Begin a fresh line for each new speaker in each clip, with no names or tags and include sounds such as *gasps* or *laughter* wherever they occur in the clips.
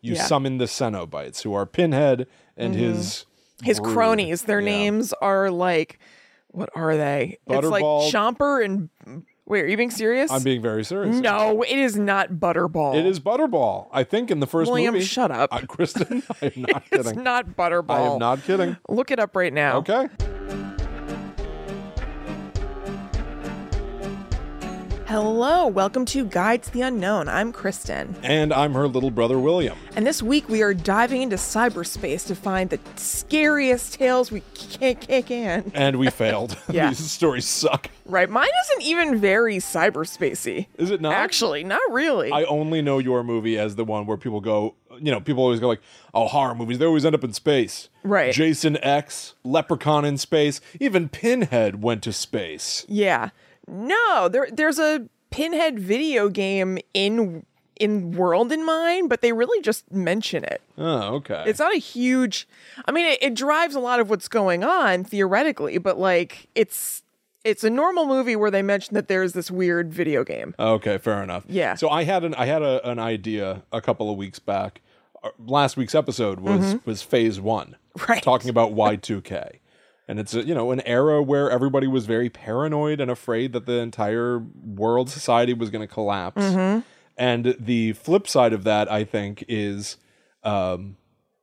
you
Yeah. Mm-hmm.
summon the Cenobites, who are Pinhead and his
His
brood.
cronies, their
Yeah.
names are like, what are they? It's like
Butterball.
Chomper and. Wait, are you being serious?
I'm being very serious.
no, it is not Butterball.
It is Butterball. I think in the first
William,
movie.
shut up.
I, Kristen, *laughs* I'm
*laughs*
not
*laughs* It's
kidding.
not Butterball.
I am not kidding.
Look it up right now.
Okay.
Hello, welcome to Guide to the Unknown. I'm Kristen.
And I'm her little brother William.
And this week we are diving into cyberspace to find the scariest tales we can can can.
And we failed. *laughs*
Yeah.
These stories suck.
Right, mine isn't even very cyberspacey.
Is it not?
Actually, not really.
I only know your movie as the one where people go, you know, people always go like, oh, horror movies, they always end up in space.
Right.
Jason X, Leprechaun in space, even Pinhead went to space.
yeah. No, there there's a Pinhead video game in in world in mine, but they really just mention it.
Oh, okay.
It's not a huge I mean, it, it drives a lot of what's going on theoretically, but like it's it's a normal movie where they mention that there's this weird video game.
Okay, fair enough.
Yeah.
So I had an I had a, an idea a couple of weeks back. Uh, Last week's episode was was phase one,
Mm-hmm. Right.
Talking about Y two K, and it's a, you know an era where everybody was very paranoid and afraid that the entire world society was going to collapse.
Mm-hmm.
And the flip side of that, I think, is, um,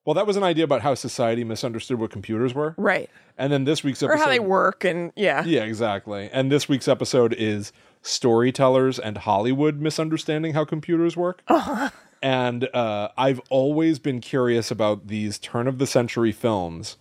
well, that was an idea about how society misunderstood what computers were,
Right.
And then this week's
Or
episode,
how they work and yeah.
yeah, exactly. And this week's episode is storytellers and Hollywood misunderstanding how computers work. And uh, I've always been curious about these turn of the century films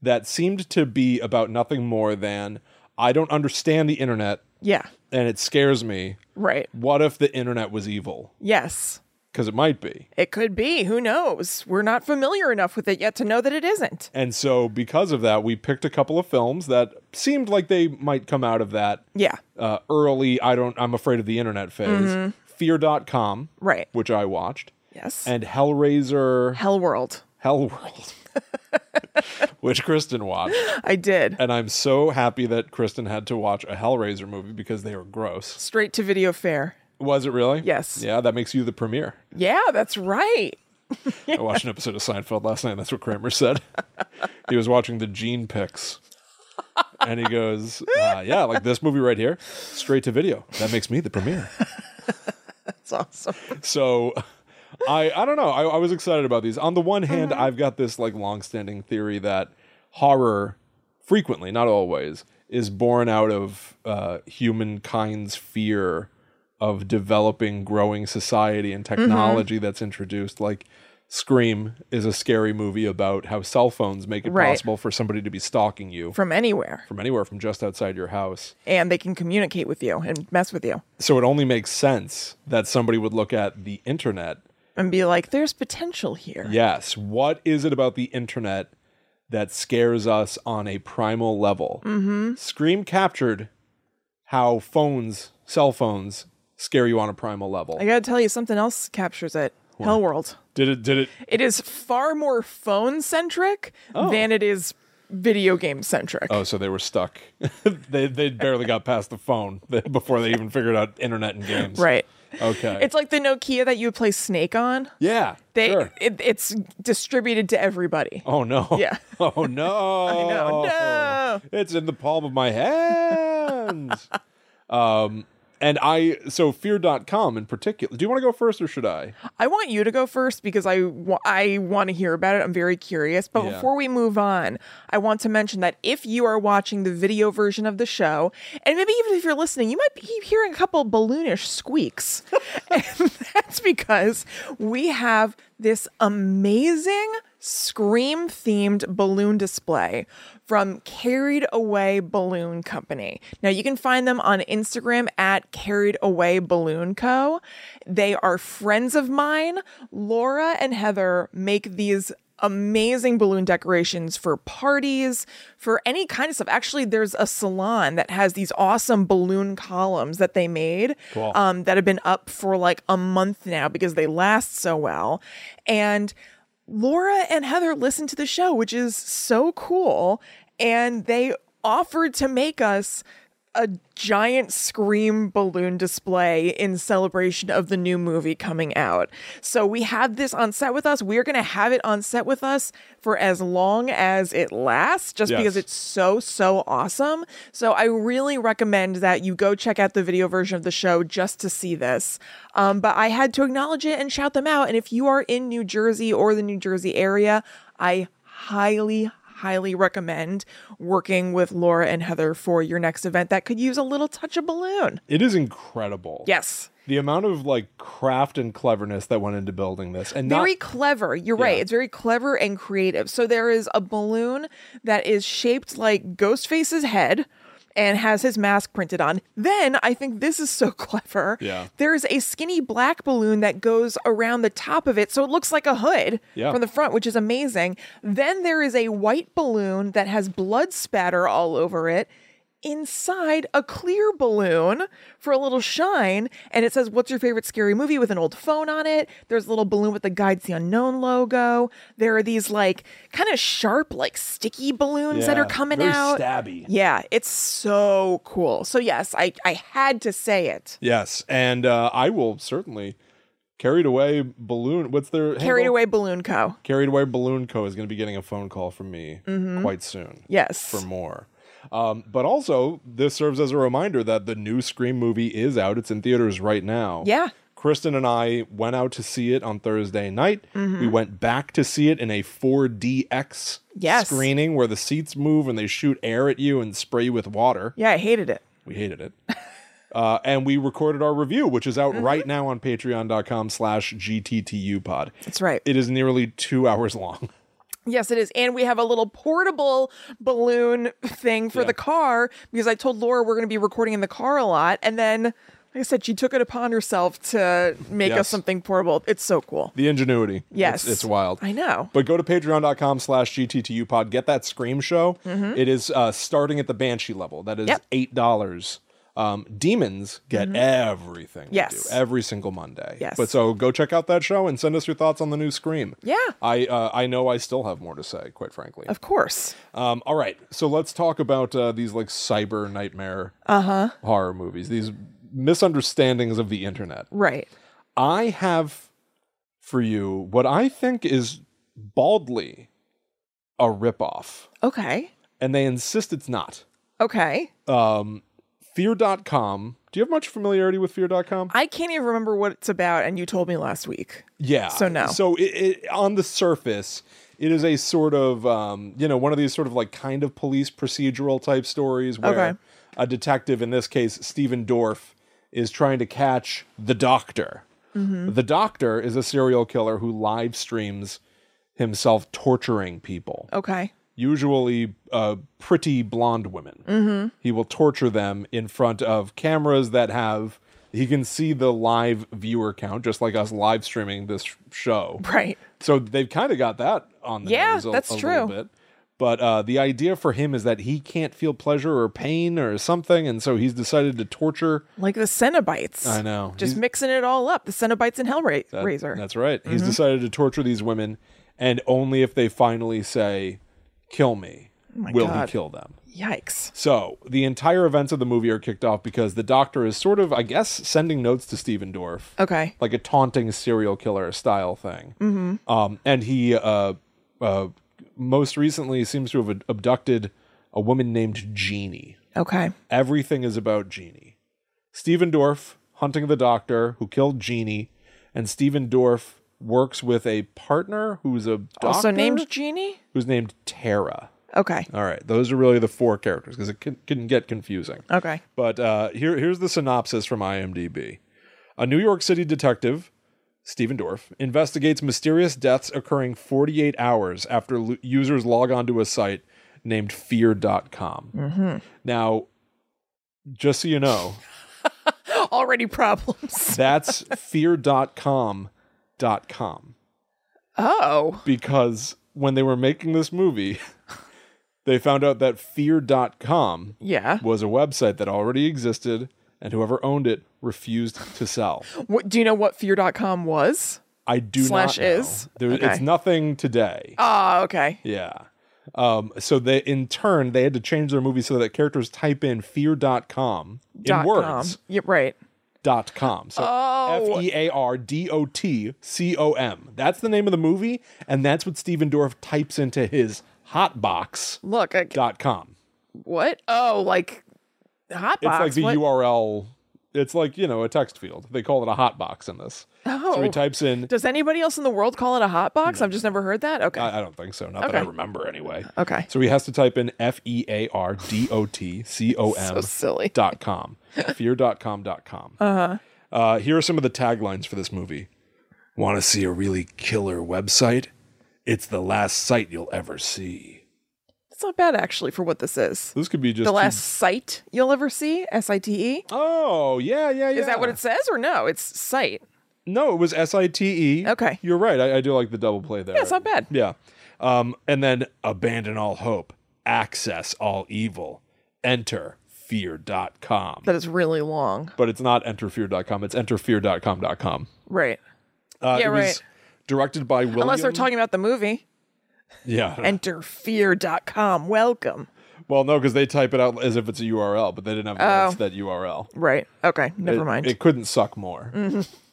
that seemed to be about nothing more than I don't understand the internet
Yeah.
and it scares me.
Right.
What if the internet was evil?
Yes.
Because it might be.
It could be. Who knows? We're not familiar enough with it yet to know that it isn't.
And so, because of that, we picked a couple of films that seemed like they might come out of that
Yeah.
uh, early I don't I'm afraid of the internet phase. Fear.com,
Mm-hmm. Right.
which I watched,
Yes.
and Hellraiser
Hell World.
Hellworld, *laughs* which Kristen watched.
I did.
And I'm so happy that Kristen had to watch a Hellraiser movie because they were gross.
Straight to video fair.
Was it really?
Yes.
Yeah, that makes you the premiere.
Yeah, that's right. *laughs*
I watched an episode of Seinfeld last night, and that's what Kramer said. *laughs* he was watching the Gene Picks. And he goes, uh, yeah, like this movie right here, straight to video. That makes me the premiere.
That's awesome. *laughs*
so i i don't know I, I was excited about these on the one hand i've got this like long-standing theory that horror frequently not always is born out of uh humankind's fear of developing growing society and technology that's introduced like scream is a scary movie about how cell phones make it
Right.
possible for somebody to be stalking you
From anywhere.
from anywhere from just outside your house
And they can communicate with you and mess with you
so it only makes sense that somebody would look at the internet
and be like, there's potential here.
Yes. What is it about the internet that scares us on a primal level? Mm-hmm. Scream captured how phones, cell phones, scare you on a primal level.
I gotta tell you, something else captures it. Hell World.
did it? Did it?
It is far more phone centric than it is video game centric.
Oh, so they were stuck. *laughs* they they barely got past the phone *laughs* before they even figured out internet and games.
Right.
Okay.
It's like the Nokia that you would play Snake on.
yeah.
They
sure.
it, it's distributed to everybody.
Oh no.
Yeah.
*laughs* Oh
*laughs*
no. I
know. No.
It's in the palm of my hand. *laughs* um and I so fear.com in particular. Do you want to go first or should I?
I want you to go first because I wa- I want to hear about it. I'm very curious. But
Yeah.
before we move on, I want to mention that if you are watching the video version of the show, and maybe even if you're listening, you might be hearing a couple balloonish squeaks. and that's because we have this amazing Scream themed balloon display from Carried Away Balloon Company. Now you can find them on Instagram at Carried Away Balloon Co. They are friends of mine. Laura and Heather make these amazing balloon decorations for parties, for any kind of stuff. Actually, there's a salon that has these awesome balloon columns that they made
Cool.
um, that have been up for like a month now because they last so well. And Laura and Heather listened to the show, which is so cool. And they offered to make us a giant scream balloon display in celebration of the new movie coming out. So we have this on set with us. We're going to have it on set with us for as long as it lasts just
Yes.
because it's so so awesome. So I really recommend that you go check out the video version of the show just to see this. Um, but I had to acknowledge it and shout them out and if you are in New Jersey or the New Jersey area, I highly highly recommend working with Laura and Heather for your next event that could use a little touch of balloon.
It is incredible.
Yes.
The amount of like craft and cleverness that went into building this and not
very clever. You're right.
Yeah.
It's very clever and creative. So there is a balloon that is shaped like Ghostface's head and has his mask printed on. Then I think this is so *laughs* clever.
Yeah.
There's a skinny black balloon that goes around the top of it. So it looks like a hood
Yeah.
from the front, which is amazing. Then there is a white balloon that has blood spatter all over it. Inside a clear balloon for a little shine, and it says, What's your favorite scary movie with an old phone on it? There's a little balloon with the Guides the Unknown logo. There are these, like, kind of sharp, like sticky balloons that
Yeah,
are coming
very
out.
stabby.
Yeah, it's so cool. So, yes, I, I had to say it.
Yes, and uh, I will certainly carried away balloon. What's their
Carried
handle?
Away Balloon Co.
Carried away balloon co is going to be getting a phone call from me
Mm-hmm.
quite soon
Yes.
for more. Um, but also, this serves as a reminder that the new Scream movie is out. It's in theaters right now.
Yeah.
Kristen and I went out to see it on Thursday night.
Mm-hmm.
We went back to see it in a 4DX
Yes.
screening where the seats move and they shoot air at you and spray you with water.
Yeah, I hated it.
We hated it. *laughs* Uh, and we recorded our review, which is
Mm-hmm.
out right now on patreon.com slash gttupod.
That's right.
It is nearly two hours long.
Yes, it is. And we have a little portable balloon thing for the car because I told Laura we're going to be recording in the car a lot. And then, like I said, she took it upon herself to make
Yes.
us something portable. It's so cool.
The ingenuity. It's-
Yes.
It's, wild.
I know.
But go to patreon.com slash gttupod. Get that Scream show. It is uh, starting at the Banshee level. That is
Mm-hmm. Yep. Mm-hmm.
$8. Um, demons get everything we
Yes.
do every single Monday.
Yes.
But so go check out that show and send us your thoughts on the new Scream.
Yeah.
I uh, I know I still have more to say, quite frankly.
Of course.
Um, all right, so let's talk about uh, these like cyber nightmare horror movies. These misunderstandings of the internet.
Right.
I have for you what I think is baldly a ripoff,
Okay.
and they insist it's not. Um,
Okay.
Fear.com. Do you have much familiarity with Fear.com?
I can't even remember what it's about. And you told me last week.
Yeah.
So no.
So it, it, on the surface, it is a sort of um, you know one of these sort of like kind of police procedural type stories where
Okay.
a detective, in this case Stephen Dorff, is trying to catch the Doctor.
Mm-hmm.
The Doctor is a serial killer who live streams himself torturing people
Okay.
usually uh, pretty blonde women.
Mm-hmm.
He will torture them in front of cameras that have. He can see the live viewer count, just like us live streaming this sh- show.
Right.
So they've kind of got that on the
Yeah,
nose a,
that's
a
true.
little bit. But uh, the idea for him is that he can't feel pleasure or pain or something, and so he's decided to torture.
Like the Cenobites.
I know.
Just
He's-
mixing it all up. The Cenobites and
that-
Hellraiser.
uh, That's right. He's
Mm-hmm.
decided to torture these women, and only if they finally say, "Kill me," will
Oh God.
he kill them.
Yikes.
So the entire events of the movie are kicked off because the doctor is sort of, I guess, sending notes to Steven Dorff,
Okay.
like a taunting serial killer style thing. Mm-hmm. Um, and he uh, uh, most recently seems to have ad- abducted a woman named Jeannie.
Okay.
Everything is about Jeannie. Steven Dorff hunting the doctor who killed Jeannie, and Steven Dorff works with a partner who's a doctor
Also named Jeannie?
who's named Tara.
Okay.
All right, those are really the four characters because it can, can get confusing.
Okay.
But uh, here, here's the synopsis from IMDb. A New York City detective, Steven Dorff, investigates mysterious deaths occurring 48 hours after lo- users log onto a site named fear.com. Now, just so you know,
Already problems.
that's fear.com.com
*laughs* Oh.
because when they were making this movie, they found out that fear.com
Yeah.
was a website that already existed and whoever owned it refused to sell.
What, do you know what fear.com was?
I do
Slash
not know.
is?
There,
Okay.
It's nothing today.
Ah, okay.
yeah. Um, so they, in turn, they had to change their movie so that characters type in fear.com in
Dot
words.
Com. Yep, right.
Dot com. So
Oh.
F E A R D O T C O M. That's the name of the movie, and that's what Steven Dorff types into his hotbox.com.
Look, I, what? Oh, like hotbox.
It's like the
what?
URL. It's like, you know, a text field. They call it a hotbox in this. So
Oh.
he types in,
Does anybody else in the world call it a hotbox? I've just never heard that. Okay.
I I don't think so, not that I
Okay.
remember anyway.
okay.
So he has to type in F E A R D O T C O
So
M
silly.
dot com. Fear.com dot com. Uh-huh. Uh, here are some of the taglines for this movie. Want to see a really killer website? It's the last site you'll ever see.
It's not bad actually for what this is.
This could be just
The last sight you'll ever see, S I T E.
Oh yeah, yeah, yeah.
Is that what it says or no? It's sight.
No, it was S I T E.
Okay.
you're right. I, I do like the double play there. Yeah,
it's not bad.
Yeah, um, and then abandon all hope, access all evil, enter fear.com.
That is really long.
but it's not enterfear.com. It's enterfear.com.com.
Right.
Uh,
Yeah,
it was
right.
Directed by William.
Unless they're talking about the movie.
Yeah.
Enterfear.com. Welcome.
well, no, because they type it out as if it's a URL, but they didn't have
Oh.
rights to that URL.
Right. Okay. Never
It-
mind. Mm-hmm.
It, couldn't suck more.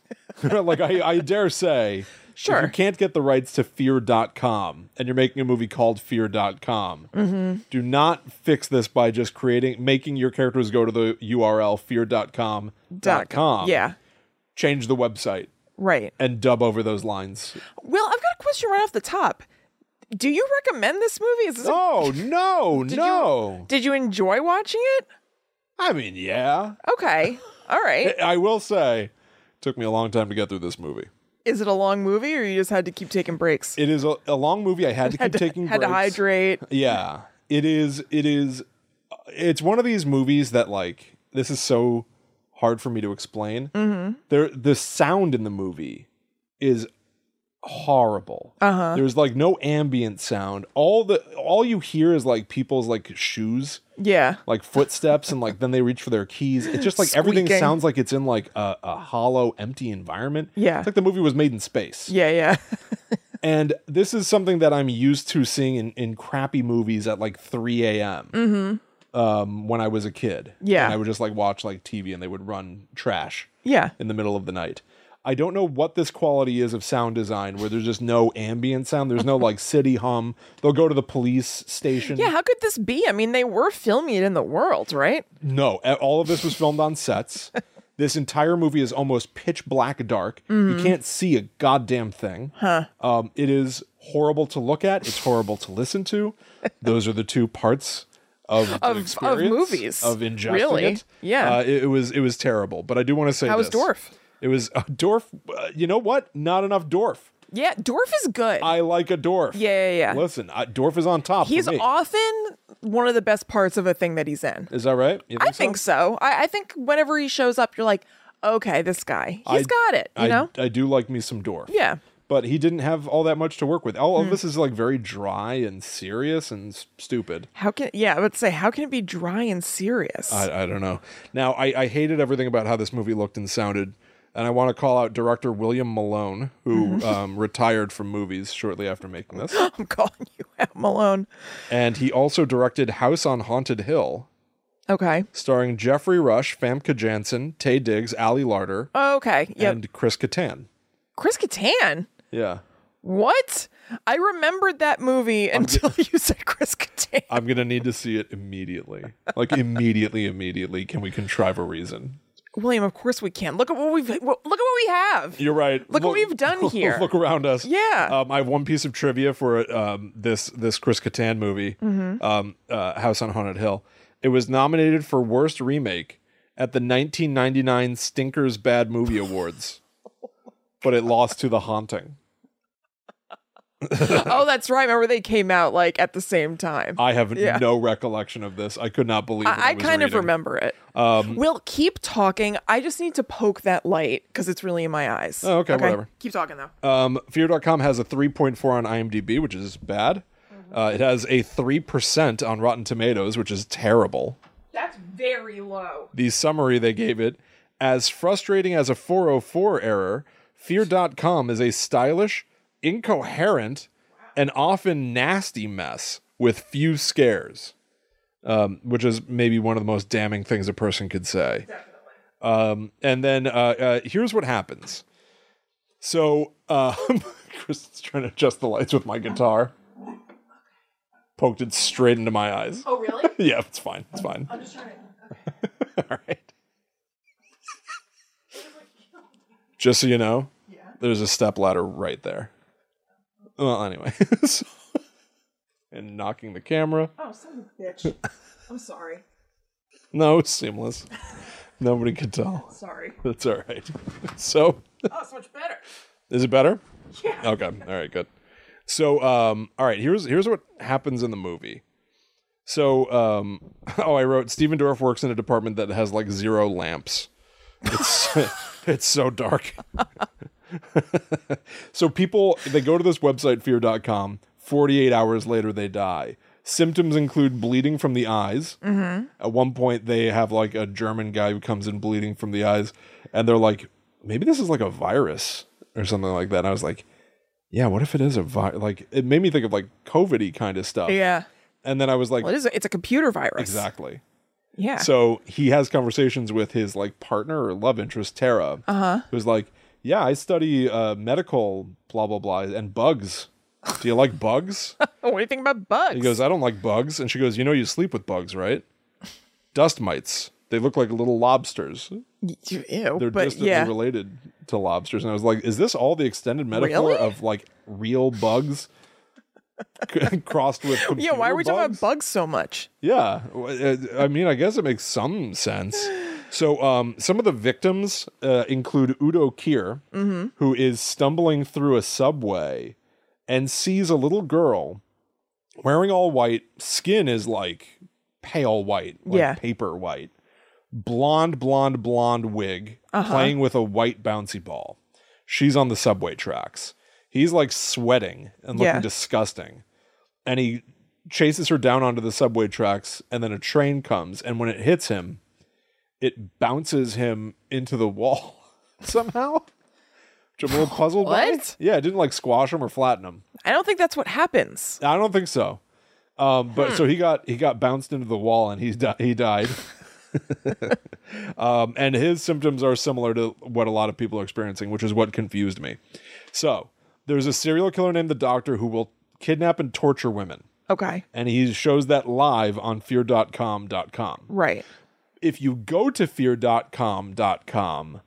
*laughs* like I, I dare say, if you
Sure.
can't get the rights to fear.com and you're making a movie called fear.com,
Mm-hmm.
do not fix this by just creating making your characters go to the URL fear.com.
Dot-
com.
Yeah.
Change the website
Right.
and dub over those lines.
Well, I've got a question right off the top. Do you recommend this movie? Is this a- *laughs*
Oh, no,
did
no.
You, did you enjoy watching it?
I mean, yeah.
Okay. All right.
*laughs* I will say, took me a long time to get through this movie.
Is it a long movie or you just had to keep taking breaks?
It is a, a long movie. I had to keep taking
had to
breaks.
hydrate.
Yeah. It is it is it's one of these movies that like this is so hard for me to explain. Mm-hmm. There the sound in the movie is horrible. Uh-huh. There's like no ambient sound. All the all you hear is like people's like shoes,
Yeah.
like footsteps, and like then they reach for their keys. It's just like everything
Squeaking.
sounds like it's in like a, a hollow, empty environment.
Yeah.
It's like the movie was made in space.
Yeah, yeah. *laughs*
And this is something that I'm used to seeing in, in crappy movies at like 3 a.m. Um, when I was a kid.
Mm-hmm. Yeah.
And I would just like watch like TV and they would run trash
Yeah.
in the middle of the night. I don't know what this quality is of sound design where there's just no ambient sound. There's no like *laughs* city hum. They'll go to the police station.
Yeah, how could this be? I mean, they were filming it in the world, right?
No, a- all of this was filmed on
*laughs*
sets. This entire movie is almost pitch black dark.
Mm-hmm.
You can't see a goddamn thing. Huh. Um, it is horrible to look at. It's horrible to listen
*laughs*
to. Those are the two parts of the
Of- of
experience,
movies,
of ingesting
really.
it.
Yeah.
uh, it, it was it was terrible. But I do want to say
How was
this.
Dorf?
It was uh, Dorf. Uh, you know what? Not enough Dorf.
Yeah, Dorf is good.
I like a Dorf.
Yeah, yeah, yeah.
Listen, I, Dorf is on top.
he's
for me.
often one of the best parts of a thing that he's in.
Is that right? You
I think so. I, I think whenever he shows up, you're like, okay, this guy,
I-
he's got it, you
I,
know?
I do like me some Dorf.
Yeah.
but he didn't have all that much to work with. All of this is like very dry and serious and s- stupid.
How can, yeah, I would say, how can it be dry and serious?
I, I don't know. Now, I, I hated everything about how this movie looked and sounded. And I want to call out director William Malone, who um, retired from movies shortly after making this.
*laughs* I'm calling you out, Malone.
and he also directed House on Haunted Hill,
Okay.
starring Jeffrey Rush, Famke Janssen, Tay Diggs, Ali Larter,
Okay. Yep.
and Chris Kattan.
Chris Kattan.
Yeah.
What? I remembered that movie until *laughs* you said Chris Kattan.
I'm going to need to see it immediately. Like, immediately, immediately. Can we contrive a reason?
William, of course we can. Look at what we've look at what we have.
You're right.
Look what we've done
*laughs*
here.
Look around us.
Yeah.
Um, I have one piece of trivia for um, this this Chris Kattan movie,
Mm-hmm.
um, uh, House on Haunted Hill. It was nominated for worst remake at the 1999 Stinkers Bad Movie
*laughs*
Awards, but it lost to The Haunting.
*laughs* oh, that's right. Remember they came out like at the same time.
I have
Yeah.
no recollection of this. I could not believe. what
I, I
was
kind of
reading. Um,
remember it. Will keep talking. I just need to poke that light because it's really in my eyes.
Oh, okay, whatever.
Keep talking though.
Um, Fear.com has a 3.4 on IMDb, which is bad.
Mm-hmm.
Uh, it has a 3% on Rotten Tomatoes, which is terrible.
That's very low.
the summary they gave it as frustrating as a 404 error fear.com is a stylish incoherent and often nasty mess with few scares, um, which is maybe one of the most damning things a person could say. Um, and then uh, uh, here's what happens. So uh, *laughs* Kristen's trying to adjust the lights with my guitar. Poked it straight into my eyes.
Oh, really?
Yeah, it's fine. It's fine.
*laughs* I'm just trying to.
*laughs* All right. Just so you know, there's a step ladder right there. Well, anyway, *laughs* so- and knocking the camera.
Oh, son of a
*laughs*
bitch. I'm sorry.
No, it's seamless. Nobody could tell.
Sorry.
That's all right. *laughs* So,
Oh, it's much better.
is it better?
Yeah.
Okay. All right. Good. So, um, all right. Here's here's what happens in the movie. So, um, *laughs* oh, I wrote Steven Dorff works in a department that has like zero lamps. It's *laughs* it's so dark. so people they go to this website fear.com. 48 hours later they die. Symptoms include bleeding from the eyes.
Mm-hmm.
At one point they have like a German guy who comes in bleeding from the eyes and they're like maybe this is like a virus or something like that. And I was like yeah, what if it is a virus? Like it made me think of like COVID-y kind of stuff.
Yeah.
And then I was like
Well, it is. A, it's a computer virus.
Exactly.
Yeah.
So he has conversations with his like partner or love interest, Tara, uh-huh. who's like, "Yeah, I study uh, medical, blah blah blah, and bugs. Do you like bugs?"
oh, what do you think about bugs?
He goes, "I don't like bugs," and she goes, "You know, you sleep with bugs, right? Dust mites. They look like little lobsters.
Y- Ew.
They're
but
distantly
yeah.
related to lobsters." And I was like, "Is this all the extended metaphor
Really?
of like real bugs?" *laughs* c- crossed with
yeah. Why are
computer
we talking about bugs so much?
yeah, w- uh, I mean, I guess it makes some sense. So, um, some of the victims uh, include Udo Kier, who is stumbling through a subway and sees a little girl wearing all white. Skin is like pale white, like
Yeah.
paper white, blonde, blonde, blonde wig, playing with a white bouncy ball. She's on the subway tracks. He's like sweating and looking
Yeah.
disgusting and he chases her down onto the subway tracks and then a train comes and when it hits him it bounces him into the wall *laughs* somehow which i'm a little puzzled by
What?
yeah it didn't like squash him or flatten him
I don't think that's what happens.
i don't think so um, but
Hmm.
so he got he got bounced into the wall and he's di- he
*laughs*
died um, and his symptoms are similar to what a lot of people are experiencing which is what confused me so there's a serial killer named the doctor who will kidnap and torture women
Okay.
and he shows that live on fear.com.com.
Right.
If you go to fear.com.com,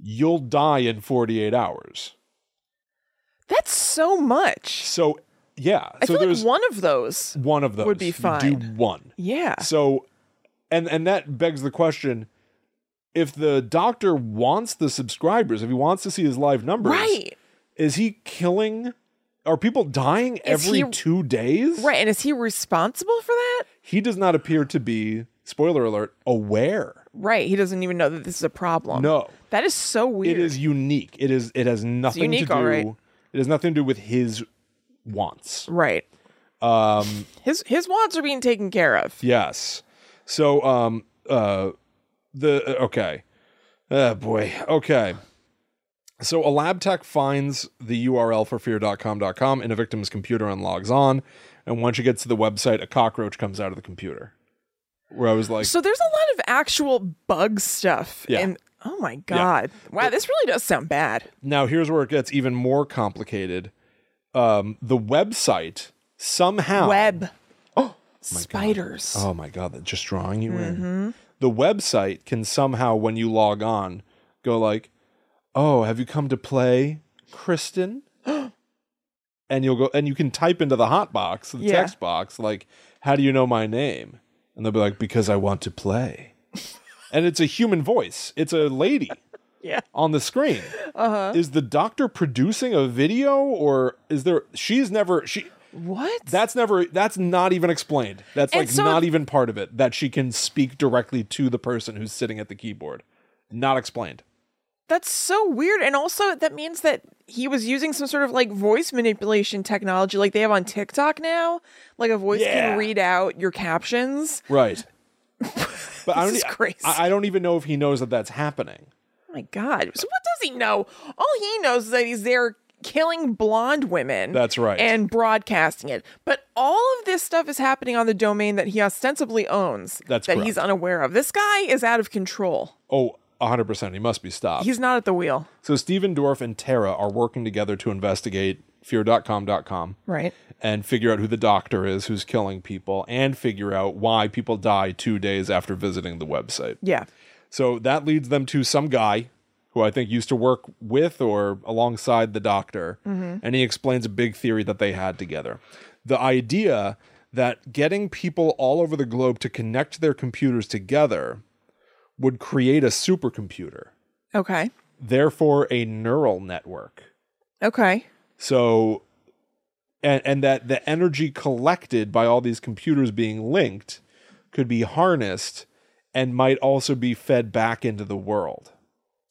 you'll die in 48 hours.
That's so much.
So, yeah.
I
so
feel
there's
like one of those.
one of those.
would be
You do
fine.
one.
Yeah.
So and and that begs the question if the doctor wants the subscribers, if he wants to see his live numbers,
Right.
is he killing are people dying
Is
every
he-
2 days?
Right. And is he responsible for that?
He does not appear to be spoiler alert aware.
Right. He doesn't even know that this is a problem.
No.
That is so weird.
It is unique. It is it has nothing
unique,
to do.
all right.
It has nothing to do with his wants.
Right. Um his his wants are being taken care of.
Yes. So um uh the uh, okay. Oh boy. Okay. So a lab tech finds the URL for fear.com.com in a victim's computer and logs on. And once she gets to the website, a cockroach comes out of the computer. Where I was like,
So there's a lot of actual bug stuff
Yeah.
and oh my god. Wow, this really does sound bad.
Now, here's where it gets even more complicated. Um, the website somehow. *gasps*
Web. spiders.
Oh my God, that's just drawing you
Mm-hmm.
in. The website can somehow, when you log on, go like, oh, have you come to play,
*gasps*
Kristen? and you'll go, and you can type into the hot box, the
Yeah.
text box, like, how do you know my name? And they'll be like, because I want to
*laughs*
play. and it's a human voice, it's a lady
Yeah.
on the screen. Uh-huh. Is the doctor producing a video or is there she's never she
What?
that's never that's not even explained. That's
And
like
so-
not even part of it that she can speak directly to the person who's sitting at the keyboard. Not explained.
That's so weird. And also, that means that he was using some sort of like voice manipulation technology like they have on TikTok now. Like a voice
Yeah.
can read out your captions. *laughs*
Right. But I
This
don't,
is crazy.
I, I don't even know if he knows that that's happening.
Oh my God. So, what does he know? All he knows is that he's there killing blonde women.
That's right.
And broadcasting it. But all of this stuff is happening on the domain that he ostensibly owns.
That's
that he's
correct.
unaware of. This guy is out of control.
Oh, 100%. He must be stopped.
He's not at the wheel.
so Steven Dorff and Tara are working together to investigate fear.com.com
Right.
and figure out who the doctor is who's killing people and figure out why people die two days after visiting the website.
Yeah.
So that leads them to some guy who I think used to work with or alongside the doctor. And he explains a big theory that they had together. The idea that getting people all over the globe to connect their computers together would create a supercomputer,
Okay.
therefore, a neural network.
Okay.
So, and, and that the energy collected by all these computers being linked could be harnessed and might also be fed back into the world.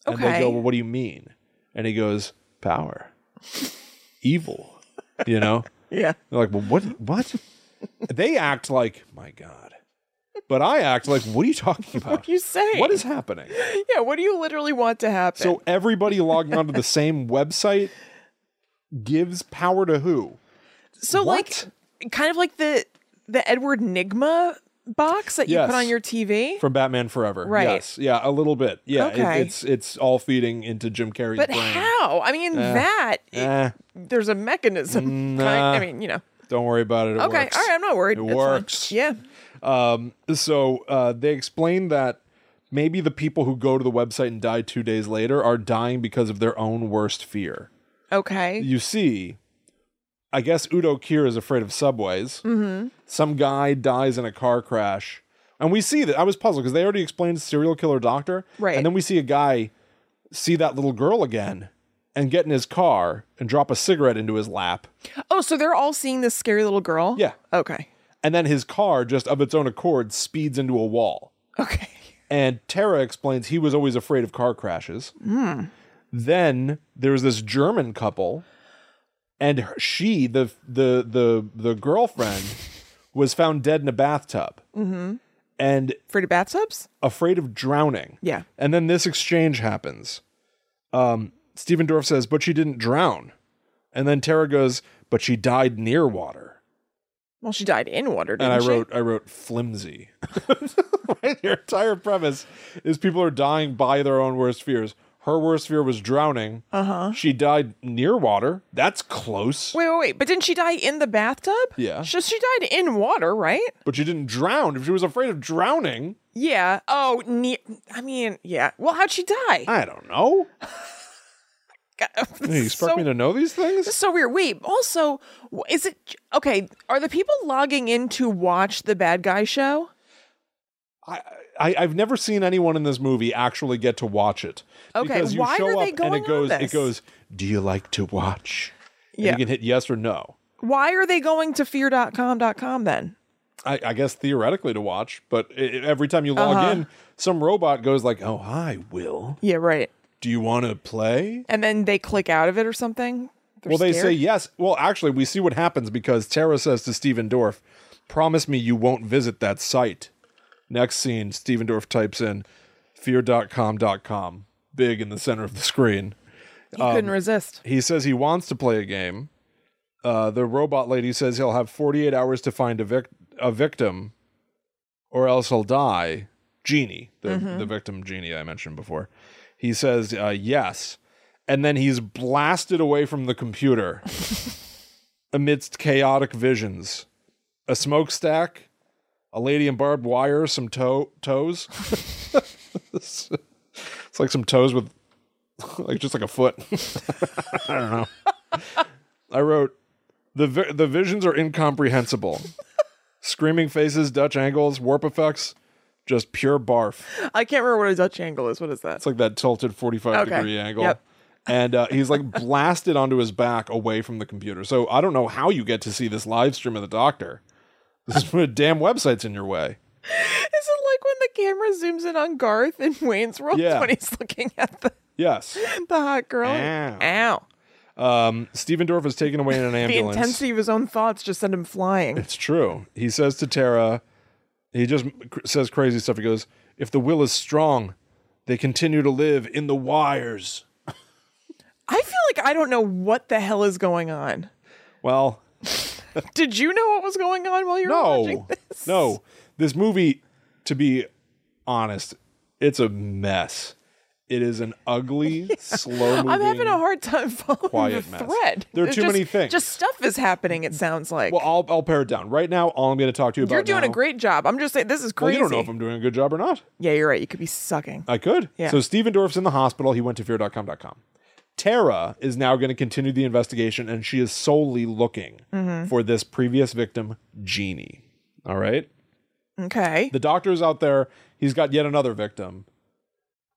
And they
Okay.
go, Well, what do you mean? And he goes, Power, evil. You know? *laughs*
Yeah.
They're like, Well, what? What? they act like, My God. But I act like, What are you talking
*laughs*
about?
You say.
What is happening?
Yeah. What do you literally want to happen?
So everybody logging onto the same website gives power to who?
So
What?
like kind of like the the Edward Nigma box that you
Yes.
put on your TV.
from Batman Forever.
Right.
Yes. Yeah, a little bit. Yeah. it-
Okay.
it's it's all feeding into Jim Carrey's
but
brain.
how? I mean that
Eh,
there's a mechanism. *laughs*
Nah.
kind- I mean, you know.
don't worry about it. It
Okay,
works.
all right, I'm not worried.
It
That's fine.
works.
Yeah.
Um so uh they explain that maybe the people who go to the website and die 2 days later are dying because of their own worst fear.
Okay.
You see, I guess Udo Kier is afraid of subways. Mm-hmm. Some guy dies in a car crash. And we see that. I was puzzled because they already explained serial killer doctor.
Right.
And then we see a guy see that little girl again and get in his car and drop a cigarette into his lap.
Oh, so they're all seeing this scary little girl?
Yeah.
Okay.
And then his car, just of its own accord, speeds into a wall.
Okay. *laughs*
And Tara explains he was always afraid of car crashes. Then there was this German couple, and her- she, the the the the girlfriend, was found dead in a bathtub and
Afraid of bathtubs?
afraid of drowning.
Yeah.
And then this exchange happens. Um, Steven Dorff says, "But she didn't drown," and then Tara goes, "But she died near water."
Well, she died in water, didn't
and I
she?
wrote I wrote flimsy. *laughs* right? Your entire premise is people are dying by their own worst fears. Her worst fear was drowning. Uh-huh. She died near water. That's close.
Wait, wait, wait. But didn't she die in the bathtub?
Yeah.
So she died in water, right?
But she didn't drown. If she was afraid of drowning,
Yeah. Oh, ne- I mean, yeah. Well, how'd she die? *laughs*
I don't know.
God,
You expect
so
me to know these things?
so weird. Wait, also, wh- is it okay? Are the people logging in to watch the bad guy show?
I, I I've never seen anyone in this movie actually get to watch it.
Okay,
Because you
why
show
are they
up
going
and
on
it goes
this?
it goes, Do you like to watch? And
Yeah.
you can hit yes or no.
Why are they going to fear.com.com then?
I, I guess theoretically to watch, but i i- every time you log in, some robot goes like, "Oh hi, Will.
Yeah, right.
Do you want to play?"
And then they click out of it or something. They're
well, they say
scared?
yes. Well, actually, we see what happens because Tara says to Steven Dorff, "Promise me you won't visit that site." Next scene, Steven Dorff types in fear.com.com, big in the center of the screen.
you couldn't
um,
resist.
He says he wants to play a game. Uh, the robot lady says he'll have 48 hours to find a, vic- a victim or else he'll die. Genie, the, the victim genie I mentioned before. He says uh, yes. And then he's blasted away from the computer amidst chaotic visions a smokestack, a lady in barbed wire, some toe- toes. *laughs* it's like some toes with *laughs* like just like a foot. I don't know. I wrote the vi- the visions are incomprehensible. *laughs* Screaming faces, Dutch angles, warp effects, just pure barf.
I can't remember what a Dutch angle is. What is that?
It's like that tilted 45
Okay,
degree angle.
yep.
And uh, he's like blasted onto his back away from the computer. So I don't know how you get to see this live stream of the doctor. This is when a *laughs* damn website's in your way.
Is it like when the camera zooms in on Garth in Wayne's World
Yeah.
when he's looking at the,
Yes.
the hot girl?
Ow.
Ow.
Um, Steven Dorff is taken away in an
*laughs* The
ambulance.
intensity of his own thoughts just sent him flying.
It's true. He says to Tara, he just cr- says crazy stuff. He goes, If the will is strong, they continue to live in the wires.
I feel like I don't know what the hell is going on.
Well,
Did you know what was going on while you were watching
no,
this?
no. This movie, to be honest, it's a mess. It is an
*laughs*
ugly, slow moving.
I'm having a hard time following
quiet
the
mess.
thread.
There are
There's
too
just-
many things.
Just stuff is happening. It sounds like
Well, I'll, I'll pare it down. Right now, all I'm going to talk to you about
you're doing
now-
a great job. I'm just saying this is
Well,
crazy.
you don't know if I'm doing a good job or not.
yeah, you're right. You could be sucking.
I could.
Yeah.
So Steven Dorff's in the hospital. He went to fear.com.com. Tara is now going to continue the investigation, and she is solely looking for this previous victim, Jeannie. All right.
Okay.
Uh, The doctor's out there. He's got yet another victim.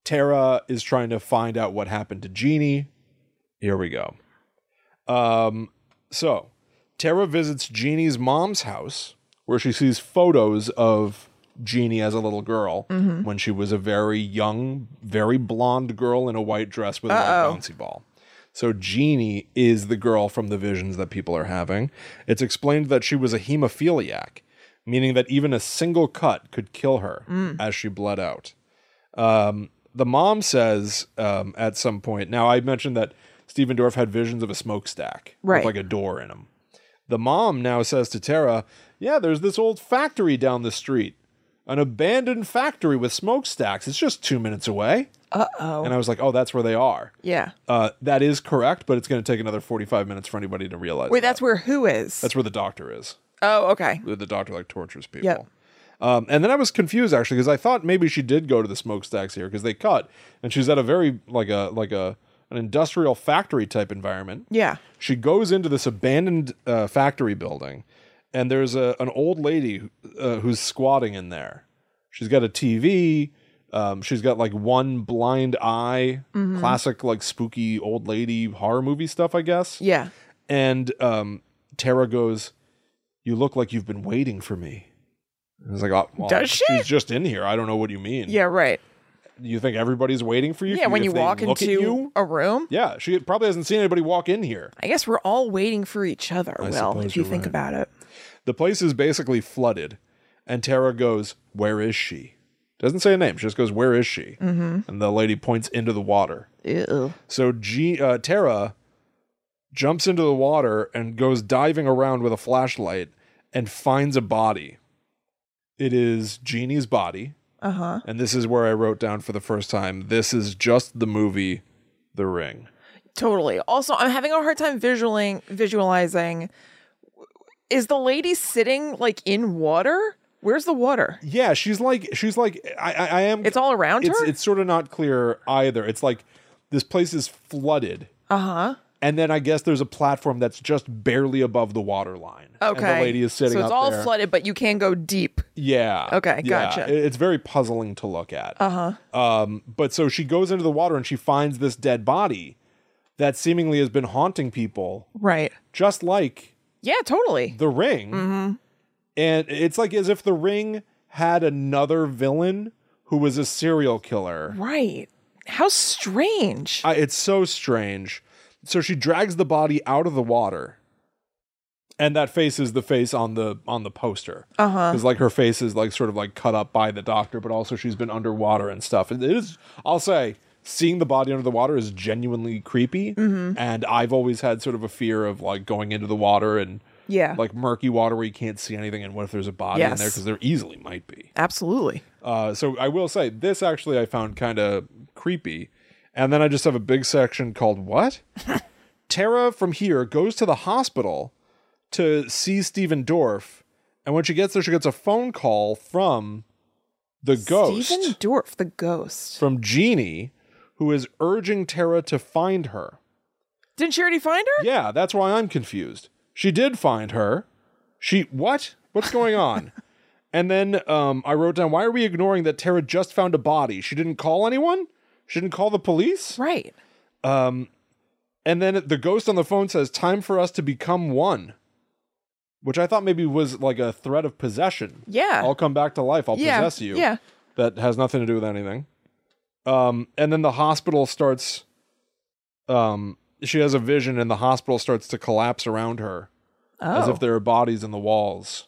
Tara is trying to find out what happened to Jeannie. Here we go. Um, so Tara visits Jeannie's mom's house where she sees photos of Jeannie as a little girl when she was a very young, very blonde girl in a white dress with a white bouncy ball. So Jeannie is the girl from the visions that people are having. It's explained that she was a hemophiliac, meaning that even a single cut could kill her
Mm.
as she bled out Um, the mom says um, at some point. Now I mentioned that Steven Dorff had visions of a smokestack
Right.
with like a door in him. The mom now says to Tara, "Yeah, there's this old factory down the street, an abandoned factory with smokestacks. It's just two minutes away."
Uh oh.
And I was like, "Oh, that's where they are."
Yeah.
Uh, that is correct, but it's going to take another 45 minutes for anybody to realize.
Wait,
that.
that's where who is?
that's where the doctor is
oh, okay.
that the doctor like tortures people.
Yep.
Um, and then I was confused actually because I thought maybe she did go to the smokestacks here because they cut, and she's at a very like a like a an industrial factory type environment.
Yeah.
She goes into this abandoned uh, factory building, and there's a an old lady uh, who's squatting in there. She's got a TV. Um, she's got like one blind eye,
Mm-hmm.
classic like spooky old lady horror movie stuff, I guess.
Yeah.
And um, Tara goes, "You look like you've been waiting for me." And I was like, oh, well,
Does she?
She's just in here. I don't know what you mean.
Yeah. Right.
you think everybody's waiting for you?
Yeah. When
If
you
they
walk
look at
into
you?
a room,
yeah, she probably hasn't seen anybody walk in here.
I guess we're all waiting for each other. well,
suppose
if you
you're
think
right.
about it.
The place is basically flooded, and Tara goes, "Where is she?" Doesn't say a name. She just goes, "Where is she?" Mm-hmm. And the lady points into the water.
Ew.
So G- uh, Tara jumps into the water and goes diving around with a flashlight and finds a body. It is Jeannie's body.
Uh huh.
And this is where I wrote down for the first time this is just the movie The Ring.
Totally. Also, I'm having a hard time visualing visualizing. Is the lady sitting like in water? Where's the water?
Yeah, she's like, she's like, I, I, I am.
It's all around
it's,
her.
it's sort of not clear either. It's like this place is flooded.
Uh huh.
And then I guess there's a platform that's just barely above the water line.
Okay.
And the lady is sitting
So it's
up
all
there.
flooded, but you can go deep.
Yeah.
Okay,
yeah.
gotcha. Uh-huh.
It- It's very puzzling to look at. Uh huh. Um, but so she goes into the water and she finds this dead body that seemingly has been haunting people,
Right.
just like
Yeah. Totally.
The Ring.
Mm-hmm.
And it's like as if The Ring had another villain who was a serial killer.
Right. How strange.
I, it's so strange. So she drags the body out of the water, and that face is the face on the on the poster. Uh huh. Because like her face is like sort of like cut up by the doctor, but also she's been underwater and stuff. And It is. I'll say seeing the body under the water is genuinely creepy, and I've always had sort of a fear of like going into the water and
yeah.
like murky water where you can't see anything, and what if there's a body in there?
Yes.
Because there easily might be.
Absolutely.
Uh, so I will say this actually I found kind of creepy. And then I just have a big section called What? Tara from here goes to the hospital to see Steven Dorff. And when she gets there, she gets a phone call from the ghost,
Stephen Dorff, the ghost.
from Jeannie, who is urging Tara to find her.
Didn't she already find her?
Yeah, that's why I'm confused. She did find her. She what? What's going on? and then um, I wrote down, why are we ignoring that Tara just found a body? She didn't call anyone. She didn't call the police. Um,
Right.
And then the ghost on the phone says, "Time for us to become one," which I thought maybe was like a threat of possession.
Yeah.
I'll come back to life. I'll
yeah.
possess you.
Yeah.
that has nothing to do with anything. Um, and then the hospital starts. Um, she has a vision, and the hospital starts to collapse around her.
Oh.
as if there are bodies in the walls.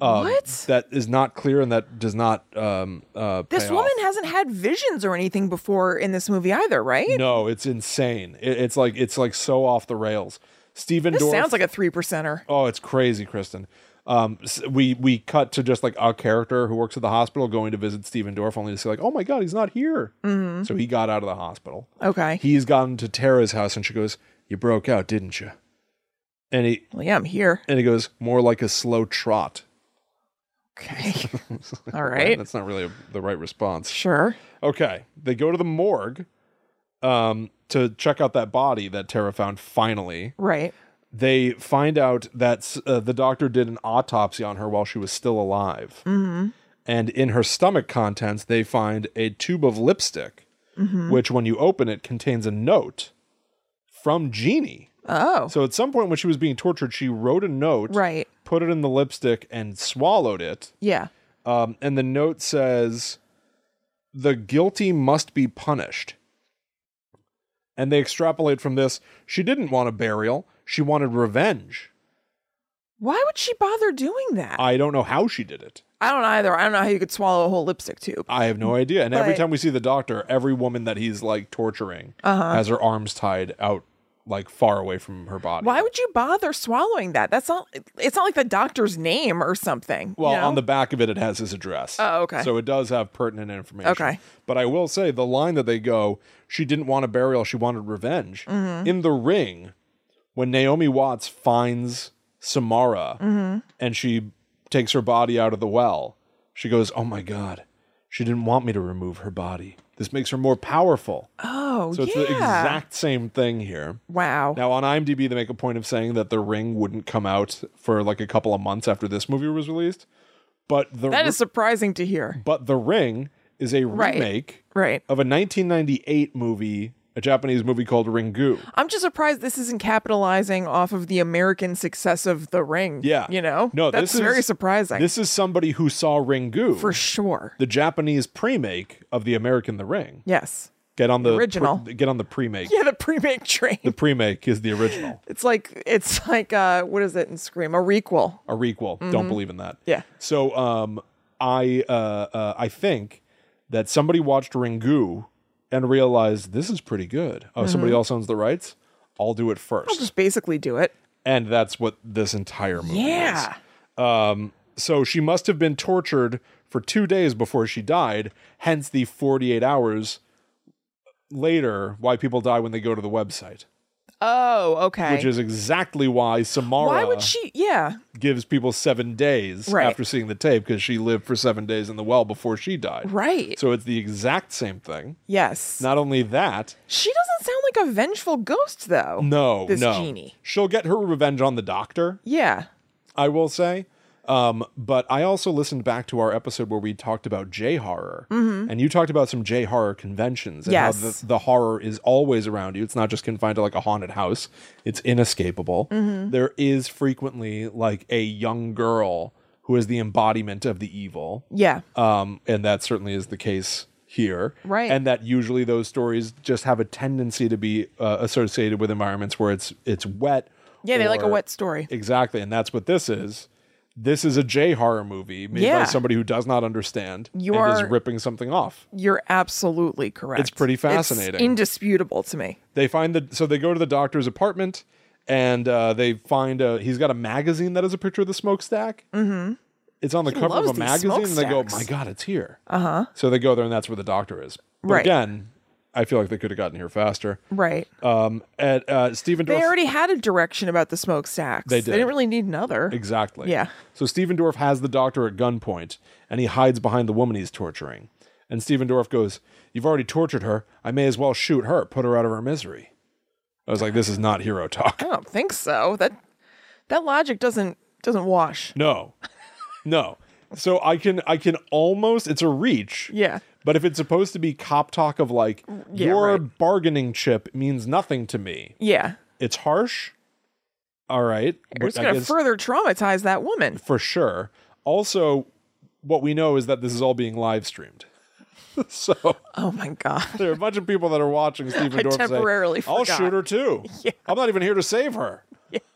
um,
What?
That is not clear and that does not. Um, uh,
This
pay off.
woman hasn't had visions or anything before in this movie either, right?
No, it's insane. It, it's like it's like so off the rails. Stephen
this
Dorff.
sounds like a three percenter.
oh, it's crazy, Kristen. Um, s- we we cut to just like a character who works at the hospital going to visit Stephen Dorff, only to see like, oh my god, he's not here.
Mm-hmm.
So he got out of the hospital.
Okay.
He's gone to Tara's house, and she goes, "You broke out, didn't you?" And he
Well, yeah, I'm here.
and he goes more like a slow trot. *laughs*
Okay. *laughs* All
Right,
right.
That's not really a, the right response.
Sure.
Okay. They go to the morgue um, to check out that body that Tara found finally.
Right.
They find out that uh, the doctor did an autopsy on her while she was still alive. And in her stomach contents, they find a tube of lipstick, which, when you open it, contains a note from Jeannie.
Oh.
So at some point when she was being tortured, she wrote a note,
Right.
put it in the lipstick, and swallowed it.
Yeah.
Um, and the note says, "The guilty must be punished." And they extrapolate from this: she didn't want a burial; she wanted revenge.
Why would she bother doing that?
I don't know how she did it.
I don't either. I don't know how you could swallow a whole lipstick tube.
I have no idea. And every
But-
time we see the doctor, every woman that he's like torturing
Uh-huh.
has her arms tied out, like far away from her body.
Why would you bother swallowing that? That's not. It's not like the doctor's name or something. you
Well,
know?
on the back of it, it has his address.
Oh, okay.
So it does have pertinent information.
Okay.
But I will say the line that they go, she didn't want a burial, she wanted revenge.
Mm-hmm.
In the ring, when Naomi Watts finds Samara
Mm-hmm.
and she takes her body out of the well, she goes, Oh my God, she didn't want me to remove her body. This makes her more powerful.
Oh,
so it's
yeah.
the exact same thing here.
wow.
Now on IMDb, they make a point of saying that The Ring wouldn't come out for like a couple of months after this movie was released, but the
that is surprising to hear.
but The Ring is a remake
Right.
of a 1998 movie, a Japanese movie called Ringu.
I'm just surprised this isn't capitalizing off of the American success of The Ring.
Yeah,
You know?
no,
That's
this is-
very surprising.
This is somebody who saw Ringu,
for sure.
the Japanese premake of the American The Ring.
Yes.
Get on the,
original.
pre- get on the premake.
Yeah, the pre-make train.
The premake is the original,
It's like it's like uh what is it in Scream? A requel.
a requel. Don't believe in that.
Mm-hmm. Yeah.
So um, I uh, uh, I think that somebody watched Ringu and realized this is pretty good. Oh, somebody else owns the rights. I'll do it 1st
Mm-hmm. Just basically do it.
and that's what this entire movie
Yeah.
is. Um, so she must have been tortured for two days before she died. Hence the 48 hours later why people die when they go to the website,
Oh, okay.
which is exactly why Samara
Why would she Yeah.
gives people seven days
Right.
after seeing the tape because she lived for seven days in the well before she died.
Right.
So it's the exact same thing.
yes.
Not only that,
she doesn't sound like a vengeful ghost though.
no,
This
no,
genie.
she'll get her revenge on the doctor.
Yeah.
I will say. Um, but I also listened back to our episode where we talked about J horror, and you talked about some J horror conventions and how
Mm-hmm. Yes.
the, the horror is always around you. It's not just confined to like a haunted house; it's inescapable.
Mm-hmm.
There is frequently like a young girl who is the embodiment of the evil,
Yeah.
um, and that certainly is the case here.
Right.
and that usually those stories just have a tendency to be uh, associated with environments where it's it's wet.
Yeah, they like a
or-
wet story.
Exactly, and that's what this is. This is a J horror movie made by
Yeah.
somebody who does not understand
You
and is
are-
ripping something off.
You're absolutely correct.
It's pretty fascinating.
indisputable to me.
They find the so they go to the doctor's apartment and uh, they find a he's got a magazine that is a picture of the smokestack. Mm-hmm. It's on the cover of
loves
a
these
magazine, and they go, "My
smokestacks. Uh-huh.
God, it's here!" Uh huh. So they go there, and that's where the doctor is. But
Right.
again, I feel like they could have gotten here faster.
Right.
Um, at uh, Stephen
They
Dorff-
already had a direction about the smokestacks.
They
They
did.
didn't really need another.
Exactly.
Yeah.
So Steven has the doctor at gunpoint and he hides behind the woman he's torturing. And Steven goes, You've already tortured her. I may as well shoot her, put her out of her misery. I was like, This is not hero talk.
I don't think so. That that logic doesn't doesn't wash.
No. No. So I can I can almost it's a reach.
Yeah. Mm,
But if it's supposed to be cop talk of like
yeah,
your
right.
bargaining chip means nothing to me.
Yeah.
It's harsh. All right. but
It's
I
going to
guess-
further traumatize that woman.
for sure. Also, what we know is that this is all being live streamed. *laughs* so
Oh my god.
there are a bunch of people that are watching Stephen
*laughs* I
Dorff say,
temporarily
I'll
forgot." *laughs*
shoot her too. I'm not even here to save her.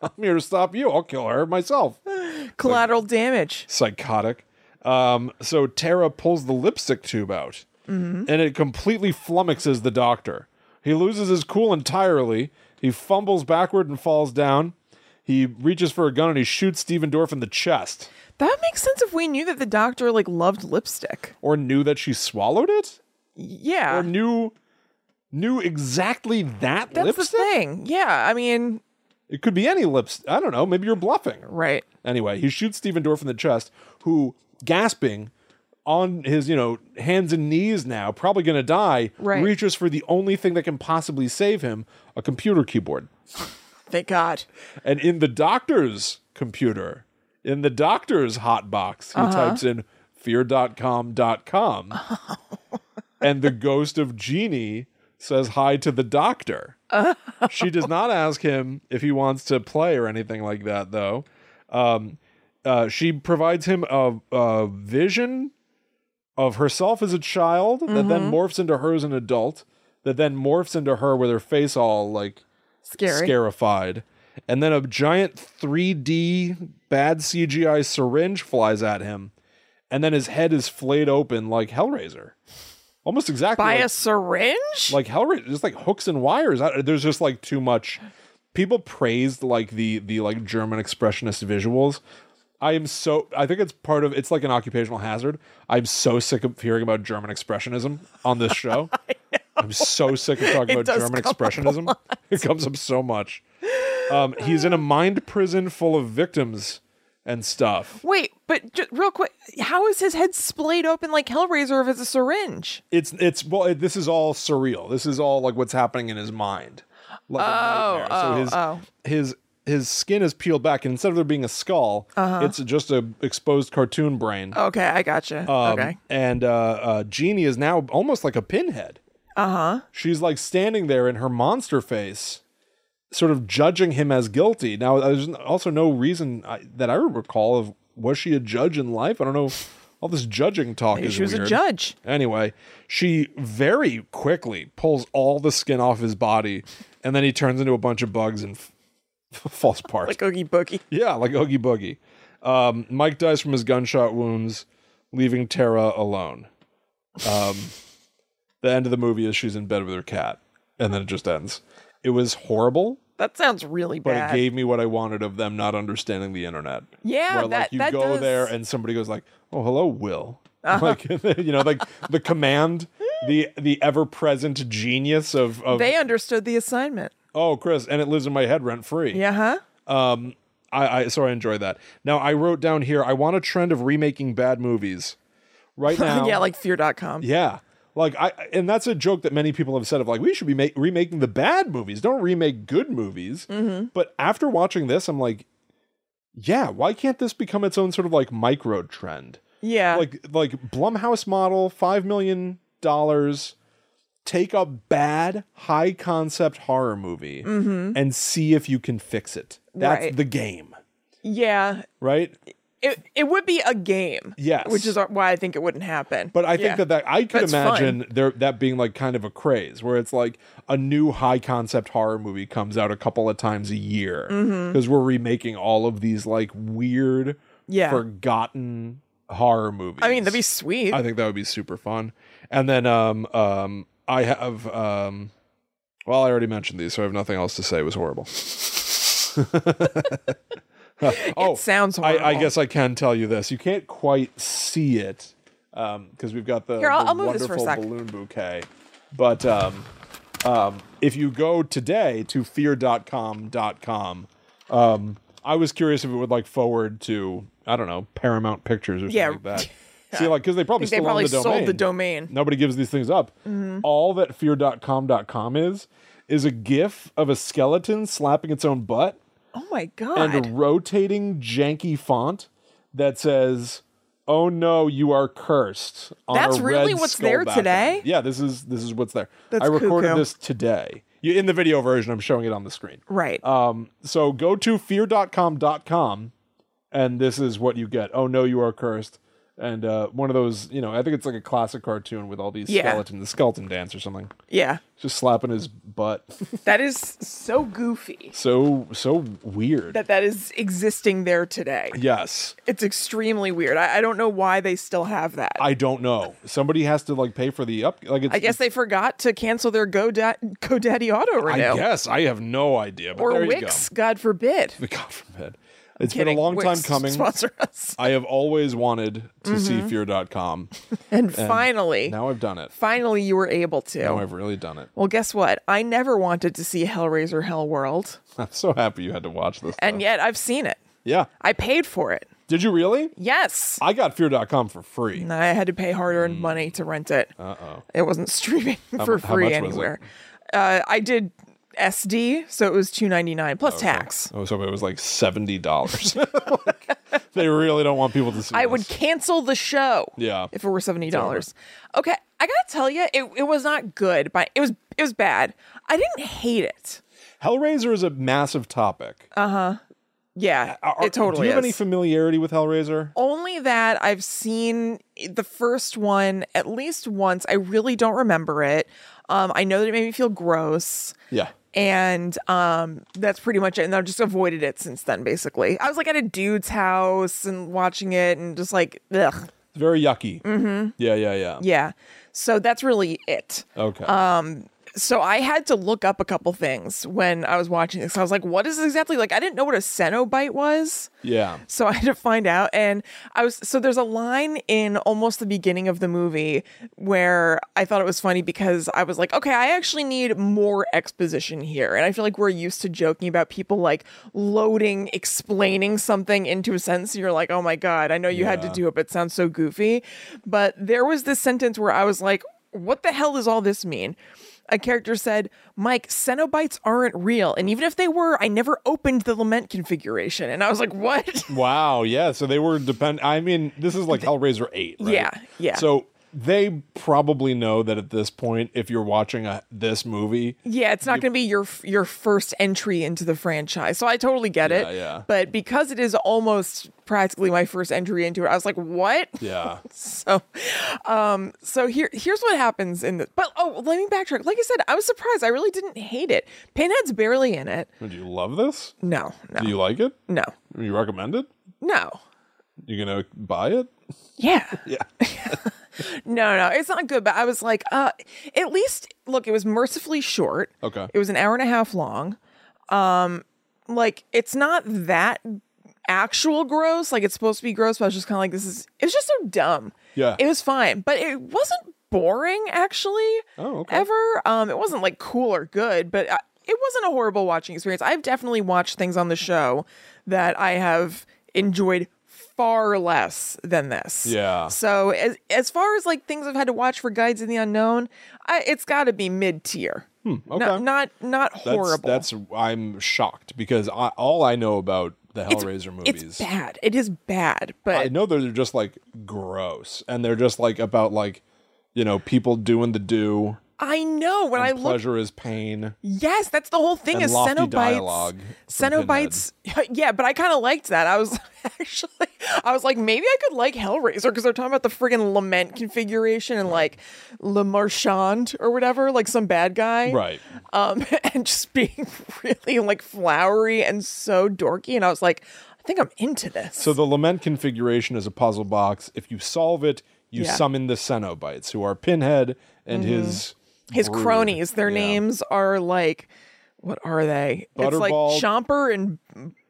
I'm here to stop you. I'll kill her myself.
*laughs* Collateral damage.
psychotic. Um, so Tara pulls the lipstick tube out, and it completely flummoxes the doctor. He loses his cool entirely. He fumbles backward and falls down. He reaches for a gun and he shoots Steven Dorff in the chest,
That makes sense if we knew that the doctor like loved lipstick.
or knew that she swallowed it,
Yeah.
or knew knew exactly that
That's
lipstick.
the thing. Yeah. I mean,
It could be any lips. I don't know. Maybe you're bluffing.
right.
Anyway, he shoots Steven Dorff in the chest, who, gasping on his, you know, hands and knees now, probably going to die,
Right.
reaches for the only thing that can possibly save him a computer keyboard.
Thank God.
And in the doctor's computer, in the doctor's hotbox, he types in fear.com.com. and the ghost of Jeannie says hi to the doctor. She does not ask him if he wants to play or anything like that, though. Um, uh, she provides him a, a vision of herself as a child that then morphs into her as an adult, that then morphs into her with her face all like
Scary.
scarified. And then a giant 3D bad CGI syringe flies at him. And then his head is flayed open like Hellraiser. Almost exactly
By
like,
a syringe?
like Hellraiser. Just like hooks and wires. I- There's just like too much. People praised like the the like German expressionist visuals. I am so I think it's part of it's like an occupational hazard. I'm so sick of hearing about German expressionism on this
*laughs*
show. I'm so sick of talking about
does
German
come up a
expressionism. It comes up so much. Um, he's in a mind prison full of victims and stuff.
Wait, but ju- real quick, how is his head splayed open like Hellraiser if it's a syringe?
It's it's well, it, this is all surreal. This is all like what's happening in his mind. Like oh,
oh,
so his,
oh.
his his skin is peeled back, and instead of there being a skull,
Uh-huh.
it's just a exposed cartoon brain.
Okay, I gotcha.
Um,
Oh, okay.
And uh, uh, Jeannie is now almost like a pinhead.
Uh-huh.
Uh huh. She's like standing there in her monster face, sort of judging him as guilty. Now, there's also no reason I, that I recall of was she a judge in life? I don't know. All this judging talk is
She was
weird.
a judge.
Anyway, she very quickly pulls all the skin off his body, and then he turns into a bunch of bugs and *laughs* f- falls apart.
Like Oogie Boogie.
Yeah, like Oogie Boogie. Um, Mike dies from his gunshot wounds, leaving Tara alone. Um, *laughs* the end of the movie is she's in bed with her cat, and then it just ends. It was horrible,
That sounds really
but
bad.
it gave me what I wanted of them not understanding the internet.
Yeah,
where like
that-
you
that
go
does- Uh-huh.
there and somebody goes like, "Oh, hello, Will," *laughs* like you know, like the command, the the ever present genius of of
they understood the assignment.
oh Chris, and it lives in my head rent free.
Yeah, huh? *laughs*
I, I so I enjoy that. Now I wrote down here I want a trend of remaking bad movies. Right now.
*laughs* yeah, like fear.com.
Yeah. Like I and that's a joke that many people have said of like we should be make, remaking the bad movies. Don't remake good movies.
Mm-hmm.
But after watching this I'm like yeah, why can't this become its own sort of like micro trend?
Yeah.
Like like Blumhouse model 5 million dollars take a bad high concept horror movie and see if you can fix it. That's
Mm-hmm. Right.
the game,
yeah.
right?
It, it would be a game.
Yes.
Which is why I think it wouldn't happen.
But I think
Yeah.
that, that I could
That's
imagine there that being like kind of a craze where it's like a new high concept horror movie comes out a couple of times a year
Mm-hmm.
because we're remaking all of these like weird,
Yeah.
forgotten horror movies.
I mean, that'd be sweet.
I think that would be super fun. And then um um I have um well I already mentioned these, so I have nothing else to say. It was
*laughs*
horrible. *laughs* oh,
it sounds
I,
horrible.
I guess I can tell you this. You can't quite see it because we've got the,
Here, I'll-
the
I'll move this for a
wonderful
sec.
balloon bouquet. But um, um, if you go today to fear.com.com, um, I was curious if it would like forward to, I don't know, Paramount Pictures or something
Yeah.
like
*laughs*
that. See, like, because they probably
They
still
probably
own the
sold the domain. Mm-hmm.
Nobody gives these things up. All that fear.com.com is, is a gif of a skeleton slapping its own butt
Oh my God.
and a rotating janky font that says "Oh no, you are cursed." on
That's
a
really
red
what's
skull
there
background.
today?
Yeah, this is this is what's there.
That's
I recorded
cuckoo.
this today. You in the video version, I'm showing it on the screen.
right.
Um, so go to fear.com.com and this is what you get. Oh no, you are cursed. and uh, one of those, you know, I think it's like a classic cartoon with all these
Yeah.
skeletons, the skeleton dance or something,
Yeah.
just slapping his butt.
That is so goofy
so so weird.
that that is existing there today.
yes,
It's extremely weird. I, I don't know why they still have that. I,
I don't know. Somebody has to like pay for the up. Like it's,
guess they forgot to cancel their GoDa- GoDaddy auto
I
renew.
guess I have no idea. But
Or
there
Wix, God forbid.
you go. *laughs* God forbid. It's
Kidding.
been a long
Wix,
time coming. *laughs*
Sponsor Mm-hmm. us.
I have always wanted to see fear.com.
And, finally,
Now I've done it.
finally, you were able to.
Now I've really done it. *laughs*
well, guess what? I never wanted to see Hellraiser Hell World,
I'm so happy you had to watch this.
and
stuff.
yet I've seen it.
yeah.
I paid for it.
Did you really?
Yes.
I got fear.com for free.
And I had to pay hard earned money to rent it. Uh oh. It wasn't *laughs* streaming for
mu- Mm. how
free
much was it?
anywhere. Uh, I did SD, so it was two ninety nine plus tax.
I was hoping it was like $70. *laughs* Like, they really don't want people to see
I
this.
would cancel the show.
Yeah.
If it were seventy dollars. Okay, I gotta tell you, it, it was not good, but it was it was bad. I didn't hate it.
Hellraiser is a massive topic.
Yeah,
Are-
Uh, it totally
Do you have
is.
any familiarity with Hellraiser?
only that I've seen the first one at least once. I really don't remember it. Um, I know that it made me feel gross.
Yeah.
And um, that's pretty much it. And I've just avoided it since then, basically. I was like at a dude's house and watching it and just like, ugh.
It's very yucky. Mm-hmm. Yeah, yeah, yeah.
Yeah. So that's really it.
Okay.
Uh, So I had to look up a couple things when I was watching this. I was like, what is this exactly? Like, I didn't know what a Cenobite was.
yeah.
*laughs* So I had to find out. And I was, so there's a line in almost the beginning of the movie where I thought it was funny because I was like, okay, I actually need more exposition here. And I feel like we're used to joking about people like loading, explaining something into a sentence. You're like, oh my God, I know you had to
Yeah.
do it, but it sounds so goofy. But there was this sentence where I was like, what the hell does all this mean? A character said, Mike, Cenobites aren't real. And even if they were, I never opened the lament configuration. And I was like, what?
Wow. Yeah. So they were depend. I mean, this is like Hellraiser Eight. Right?
Yeah, yeah.
So they probably know that at this point, if you're watching a, this
*laughs*
movie,
Yeah, it's not going to be your your first entry into the franchise. So I totally get
Yeah,
it.
yeah.
But because it is almost practically my first entry into it, I was like, "What?" *laughs*
yeah,
So um so here here's what happens in the But oh, let me backtrack. Like I said, I was surprised. I really didn't hate it. Pinhead's barely in it.
do you love this?
No. No.
Do you like it?
no.
You recommend it?
No.
You gonna buy it?
Yeah. *laughs*
Yeah.
No, no. It's not good, but I was like, uh at least look, it was mercifully short.
Okay.
It was an hour and a half long. Um, like it's not that actual gross. Like it's supposed to be gross, but I was just kind of like, this is. It was just so dumb.
Yeah.
It was fine, but it wasn't boring actually.
Oh, okay.
Ever. Um, it wasn't like cool or good, but I, it wasn't a horrible watching experience. I've definitely watched things on the show that I have enjoyed far less than this.
Yeah.
So as as far as like things I've had to watch for Guides in the Unknown, I, it's got to be mid tier.
Hmm, okay.
Not not, not
That's,
horrible.
That's I'm shocked because I, all I know about the Hellraiser movies.
it's bad. It is bad, but
I know that they're just like gross, and they're just like about like, you know, people doing the do.
I know when I look.
Pleasure is pain.
Yes, that's the whole thing.
And
Is
lofty
Cenobites?
dialogue from
Cenobites. *laughs* Yeah, but I kind of liked that. I was *laughs* actually, I was like, maybe I could like Hellraiser because they're talking about the friggin' lament configuration and like Le Marchand or whatever, like some bad guy,
Right.
Um, *laughs* and just being *laughs* really like flowery and so dorky. And I was like, I think I'm into this.
So the lament configuration is a puzzle box. If you solve it, you
Yeah. Mm-hmm.
summon the Cenobites, who are Pinhead and his
his
brood.
cronies. Their
Yeah.
names are like, what are they? It's like
Butterball.
Chomper and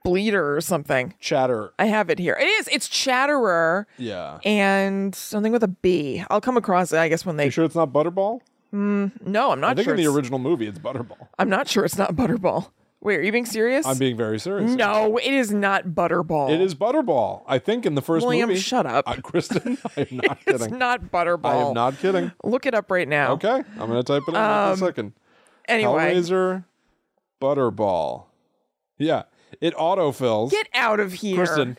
Bleeder or something.
Chatter.
I have it here. It is. It's Chatterer
Yeah.
and something with a B. I'll come across it, I guess, when they.
you sure it's not Butterball?
No, I'm
I
not
think
sure.
in the
it's-
original movie it's Butterball.
I'm not sure it's not Butterball. Wait, are you being serious?
I'm being very serious.
no, it is not Butterball.
It is Butterball. I think in the first
William,
movie.
shut up.
I,
*laughs*
Kristen, I am not
It's
kidding.
not Oh.
I
Butterball.
am not kidding.
Look it up right now.
Okay, I'm gonna type it in in a second.
Um, Anyway,
Hellraiser, Butterball. Yeah, it autofills.
get out of here.
Kristen.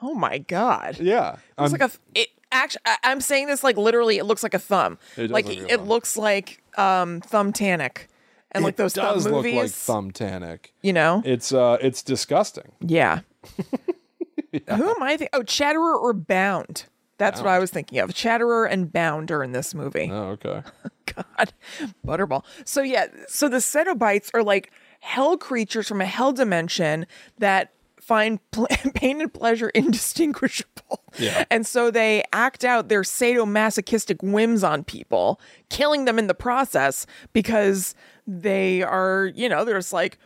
Oh my god.
Yeah, I'm,
It's like a th- it actually I, I'm saying this like literally it looks like a thumb.
It does
like
look like a
it
thumb.
looks like um thumb tannic. And like
it
those
does
thumb
look like
movies,
thumbtanic.
you know?
*laughs* It's uh, it's disgusting.
yeah. Who am I? Th- oh, Chatterer or Bound. That's what I was thinking of. Chatterer and Bound are in this movie.
Oh, okay.
God, Butterball. So yeah, so the Cenobites are like hell creatures from a hell dimension that find pl- *laughs* pain and pleasure indistinguishable.
Yeah.
And so they act out their sadomasochistic whims on people, killing them in the process because they are, you know, they're just like,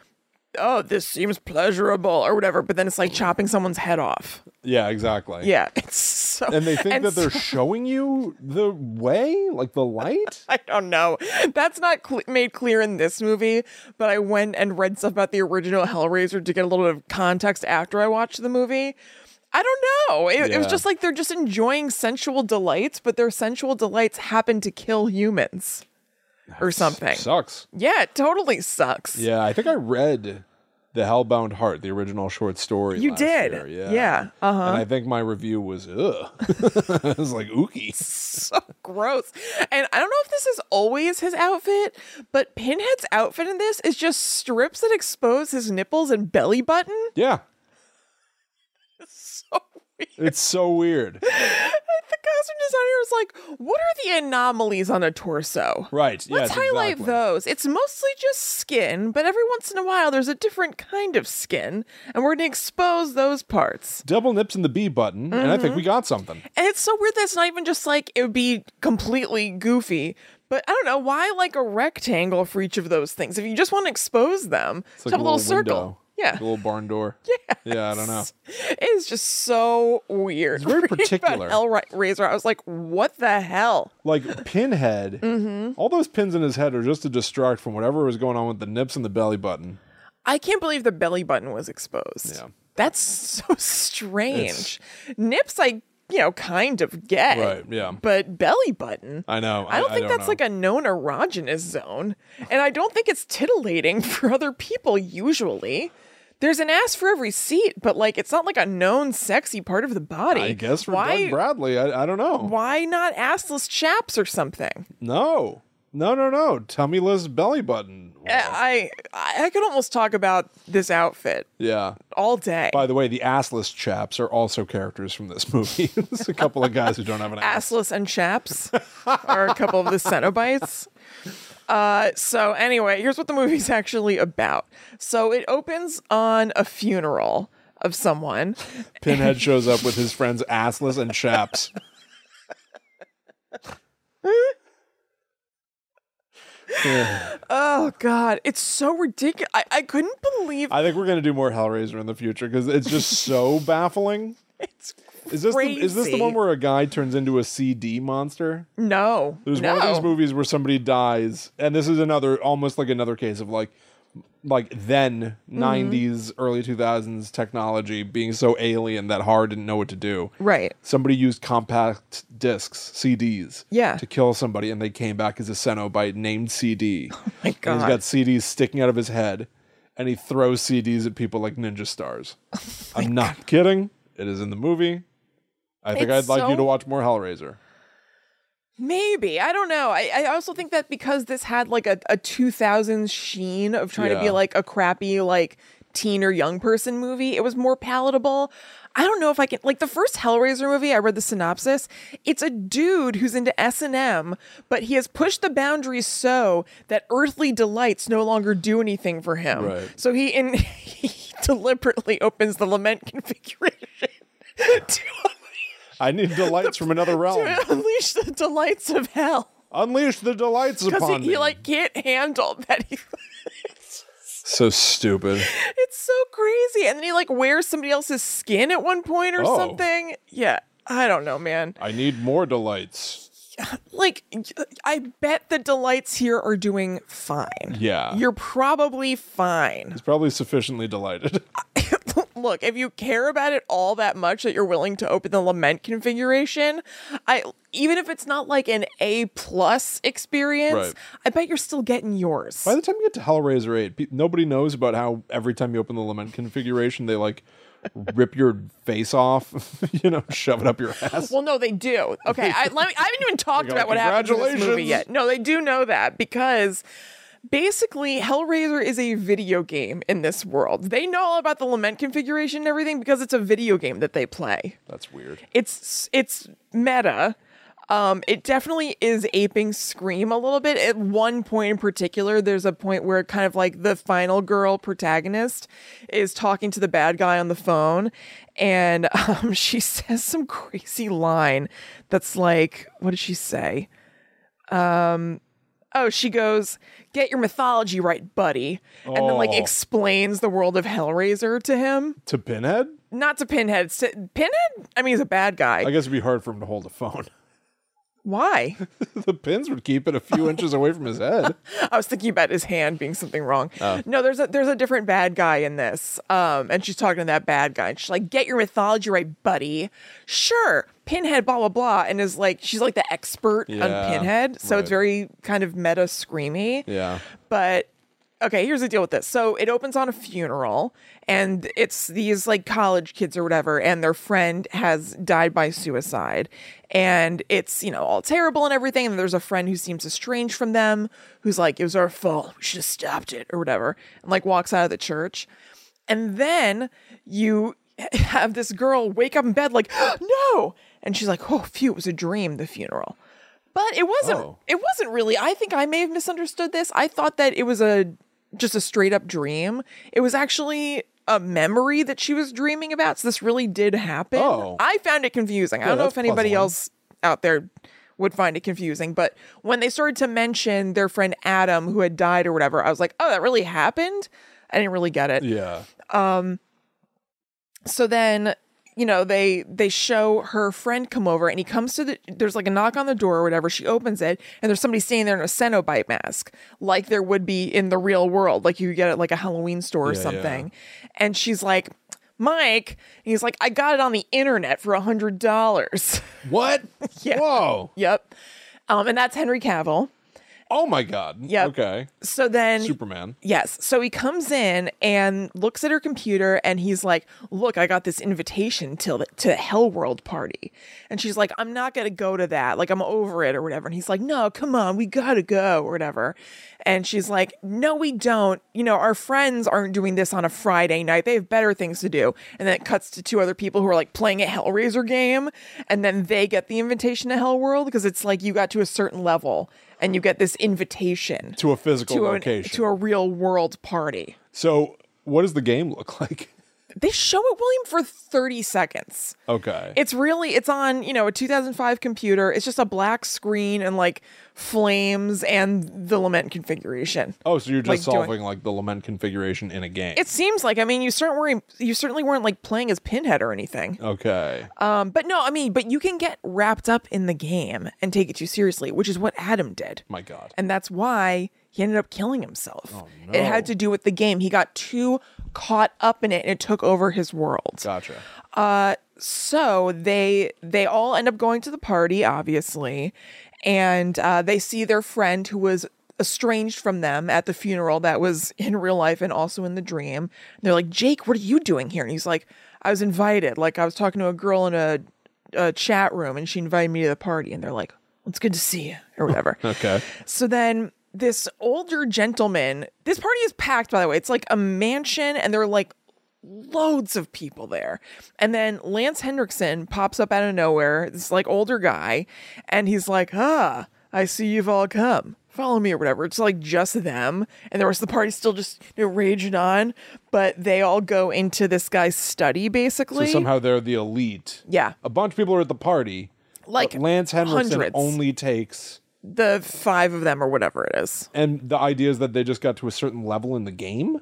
oh, this seems pleasurable or whatever. But then it's like chopping someone's head off.
Yeah, exactly.
Yeah. *laughs* It's so.
And they think that
so-
they're showing you the way, like the light.
*laughs* I don't know. That's not cl- made clear in this movie, but I went and read stuff about the original Hellraiser to get a little bit of context after I watched the movie. I don't know. It, it was
Yeah.
just like they're just enjoying sensual delights, but their sensual delights happen to kill humans or something.
Sucks.
Yeah, it totally sucks.
Yeah, I think I read The Hellbound Heart, the original short story.
You
last
did.
year,
yeah. *laughs*
Yeah.
Uh-huh.
And I think my review was ugh. *laughs* it was like ookie.
so gross. And I don't know if this is always his outfit, but Pinhead's outfit in this is just strips that expose his nipples and belly button.
Yeah.
*laughs* So weird.
It's so weird.
the costume designer was like, "What are the anomalies on a torso?
Right. yes,
Let's highlight
exactly.
those. It's mostly just skin, but every once in a while there's a different kind of skin, and we're going to expose those parts."
Double nips in the B button, and I think
Mm-hmm.
we got something.
And it's so weird that it's not even just like it would be completely goofy. But I don't know why, like a rectangle for each of those things. If you just want to expose them,
It's
just
like
have
a
a little
window,
circle.
like
Yeah,
a little barn
*laughs*
door. Yeah. Yeah, I don't know.
it is just so weird. It's *laughs*
very particular.
About Hellraiser, I was like, "What the hell?"
Like Pinhead,
Mm-hmm.
all those pins in his head are just to distract from whatever was going on with the nips and the belly button.
I can't believe the belly button was exposed.
Yeah.
That's so *laughs* strange. Nips, I, you know, kind of get.
Right, yeah.
But belly button.
I know.
I don't think that's
know.
like a known erogenous zone. And I don't think it's titillating *laughs* for other people usually. There's an ass for every seat, but like it's not like a known sexy part of the body.
I guess for
why
Doug Bradley, I, I don't know.
why not assless chaps or something?
No, no, no, no. Tummyless belly button.
Eh. I, I I could almost talk about this outfit
Yeah.
all day.
By the way, the assless chaps are also characters from this *laughs* movie. it's a couple of guys who don't have an ass.
assless and chaps are a couple of the cenobites. Uh, so anyway, here's what the movie's *laughs* actually about. So it opens on a funeral of someone.
Pinhead shows up with his friends assless and chaps.
Oh God, it's so ridiculous. I, I couldn't believe
I think we're gonna do more Hellraiser in the future because it's just so baffling.
it's
Is this the, is this the
Crazy.
one where a guy turns into a CD monster?
no.
There's
no.
one of these movies where somebody dies, and this is another almost like another case of like like then
Mm-hmm.
90s early 2000s technology being so alien that horror didn't know what to do
Right.
somebody used compact discs cds
Yeah.
to kill somebody and they came back as a cenobite named
*laughs*
cd
My
and he's
God.
got cds sticking out of his head and he throws cds at people like ninja
*laughs*
stars
Oh
i'm not kidding it is in the movie i think
It's
i'd like you
so-
to watch more hellraiser
Maybe. I don't know. I, I also think that because this had like a, a 2000s sheen of trying to be
Yeah.
like a crappy, like teen or young person movie, it was more palatable. I don't know if I can like the first Hellraiser movie I read the synopsis. It's a dude who's into S&M, but he has pushed the boundaries so that earthly delights no longer do anything for him.
Right.
So he in *laughs* he deliberately opens the lament configuration *laughs*
*laughs*
to,
i
*laughs*
need delights from another realm
to unleash the delights of hell
unleash the delights
because
upon
he,
me
he like can't handle *laughs* that. He,
so stupid
it's so crazy, and then he like wears somebody else's skin at one point or
Oh.
something. Yeah, I don't know, man.
I need more delights.
Like, I bet the delights here are doing fine.
Yeah.
you're probably fine. *laughs*
He's probably sufficiently delighted. *laughs*
Look, if you care about it all that much that you're willing to open the lament configuration, I even if it's not like an A plus experience,
Right.
I bet you're still getting yours.
By the time you get to Hellraiser 8, pe- nobody knows about how every time you open the lament configuration, they like rip your face off, *laughs* you know, shove it up your ass.
Well, no, they do. Okay, I, let me, I haven't even talked
go,
about what happened in this movie
"Congratulations."
yet. No, they do know that because basically Hellraiser is a video game in this world. They know all about the lament configuration and everything because it's a video game that they play.
That's weird.
It's it's meta. Um, it definitely is aping Scream a little bit. At one point in particular, there's a point where kind of like the final girl protagonist is talking to the bad guy on the phone, and *laughs* um, she says some crazy line that's like, what did she say? oh, she goes, get your mythology right, buddy. And then, like,
Oh.
explains the world of Hellraiser to him.
To Pinhead?
Not to Pinhead. S- Pinhead? I mean, he's a bad guy.
I guess it'd be hard for him to hold a phone. *laughs*
Why? *laughs*
the pins would keep it a few inches away from his head.
I was thinking about his hand being something wrong.
Oh.
No, there's a there's a different bad guy in this. Um, and she's talking to that bad guy. And she's like, "Get your mythology right, buddy." Sure, Pinhead, blah blah blah, and is like, she's like the expert
Yeah,
on Pinhead, so
right.
it's very kind of meta screamy.
Yeah.
But okay, here's the deal with this. So it opens on a funeral, and it's these like college kids or whatever, and their friend has died by suicide. And it's, you know, all terrible and everything. And there's a friend who seems estranged from them who's like, it was our fault. We should have stopped it or whatever. And like walks out of the church. And then you *laughs* have this girl wake up in bed, like, *gasps* no. And she's like, oh, phew, it was a dream, the funeral. But it wasn't
Oh.
it wasn't really. I think I may have misunderstood this. I thought that it was a just a straight up dream. It was actually a memory that she was dreaming about. So this really did happen.
Oh.
I found it confusing. I don't know
that's
if anybody
puzzling.
else out there would find it confusing, but when they started to mention their friend Adam who had died or whatever, I was like, "Oh, that really happened?" I didn't really get it
Yeah.
so then you know they they show her friend come over and he comes to the there's like a knock on the door or whatever she opens it and there's somebody standing there in a cenobite mask like there would be in the real world like you get at like a halloween store or
Yeah, yeah.
something and she's like mike and he's like i got it on the internet for a hundred dollars *laughs*
What?
Yeah.
Whoa.
yep um and that's henry cavill
Oh my God.
Yep.
Okay.
so then
Superman.
Yes. So he comes in and looks at her computer and he's like, "Look, I got this invitation to the, to the Hell World party." And she's like, "I'm not going to go to that. Like I'm over it or whatever." And he's like, "No, come on. We got to go or whatever." And she's like, "No, we don't. You know, our friends aren't doing this on a Friday night. They have better things to do." And then it cuts to two other people who are like playing a Hellraiser game and then they get the invitation to Hell World because it's like you got to a certain level and you get this invitation
To a physical
to, an,
location.
to a real world party.
so, what does the game look *laughs* like?
They show it, William, for 30 seconds.
Okay.
It's really, it's on, you know, a 2005 computer. It's just a black screen and like flames and the lament configuration.
oh, so you're just
like doing-
solving like the lament configuration in a game.
It seems like, I mean, you certainly weren't, you certainly weren't like playing as Pinhead or anything.
okay.
Um, but no, I mean, but you can get wrapped up in the game and take it too seriously, which is what Adam did.
my God. Oh,
and that's why he ended up killing himself. It had
no.
to do with the game. He got too caught up in it and it took over his world.
Gotcha.
Uh so they they all end up going to the party obviously and uh they see their friend who was estranged from them at the funeral that was in real life and also in the dream. And they're like, "Jake, what are you doing here?" And he's like, "I was invited. Like I was talking to a girl in a a chat room and she invited me to the party." And they're like, "It's good to see you." or whatever.
Okay.
So then this older gentleman, this party is packed, by the way. It's like a mansion, and there are like loads of people there. And then Lance Hendrickson pops up out of nowhere, this like older guy, and he's like, Ah, I see you've all come. Follow me or whatever. It's like just them. And the rest of the party's still just you know, raging on. But they all go into this guy's study
So
basically.
somehow they're the elite.
Yeah.
A bunch of people are at the party.
Like
but Lance Henriksen
hundreds.
only takes.
the five of them or whatever it is.
And the idea is that they just got to a certain level in the game.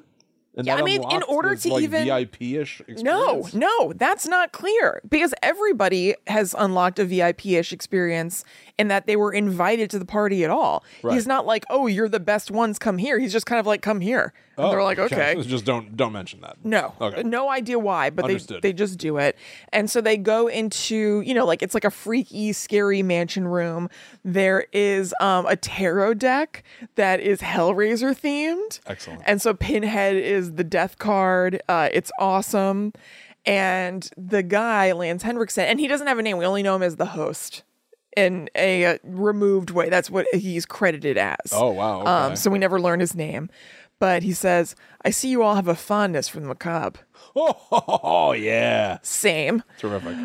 And
Yeah,
that
I mean, in
unlocks
order
this,
to
like,
even-
VIP-ish
No,
experience?
no, that's not clear because everybody has unlocked a VIP ish experience in that they were invited to the party at all.
Right.
He's not like, oh, you're the best ones, come here. He's just kind of like, come here. And
Oh,
they're like, okay.
Just don't don't mention that.
No,
Okay.
no idea why, but
Understood.
they they just do it, and so they go into you know like it's like a freaky, scary mansion room. There is um, a tarot deck that is Hellraiser themed.
Excellent.
And so Pinhead is the death card. Uh, it's awesome, and the guy Lance Henriksen, and he doesn't have a name. We only know him as the host in a uh, removed way. That's what he's credited as.
Oh, wow, okay.
Um, so we never learn his name. But he says, I see you all have a fondness for the macabre.
*laughs* Oh, yeah.
Same. *laughs*
Terrific.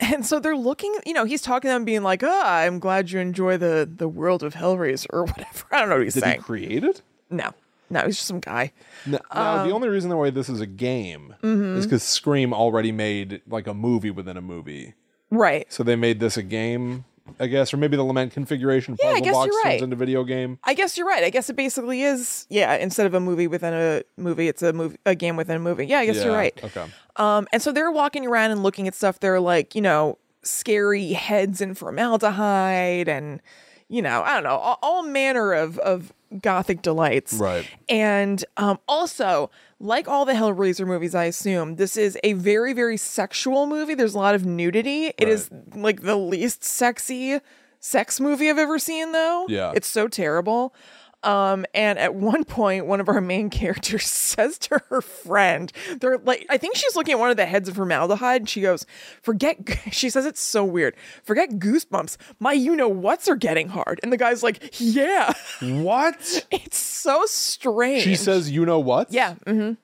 And so they're looking, you know, he's talking to them being like, oh, I'm glad you enjoy the, the world of Hellraiser *laughs* or whatever. I don't know what he's
Did he
saying.
create it?
no, no, he's just some guy.
N- Now,
Um,
the only reason why this is a game
mm-hmm.
is because Scream already made like a movie within a movie.
Right.
So they made this a game, I guess, or maybe the Lament configuration
I
puzzle
guess
box
you're right.
turns into video game.
I guess you're right. I guess it basically is, yeah. Instead of a movie within a movie, it's a movie, a game within a movie. Yeah, I guess you're
Yeah,
right.
Okay.
Um, and so they're walking around and looking at stuff. They're like, you know, scary heads in formaldehyde, and you know, I don't know, all, all manner of of gothic delights.
Right.
And um, also, like all the Hellraiser movies, I assume this is a very, very sexual movie. There's a lot of nudity. It is like the least sexy sex movie I've ever seen, though.
Yeah.
it's so terrible. Um, and at one point, one of our main *laughs* characters says to her friend, "They're like, I think she's looking at one of the heads of formaldehyde, and she goes, forget.' *laughs* She says it's so weird. Forget goosebumps. My, you know what's are getting hard.' And the guy's like, yeah." *laughs*
What?
It's so strange.
She says, you know what?
Yeah. mhm,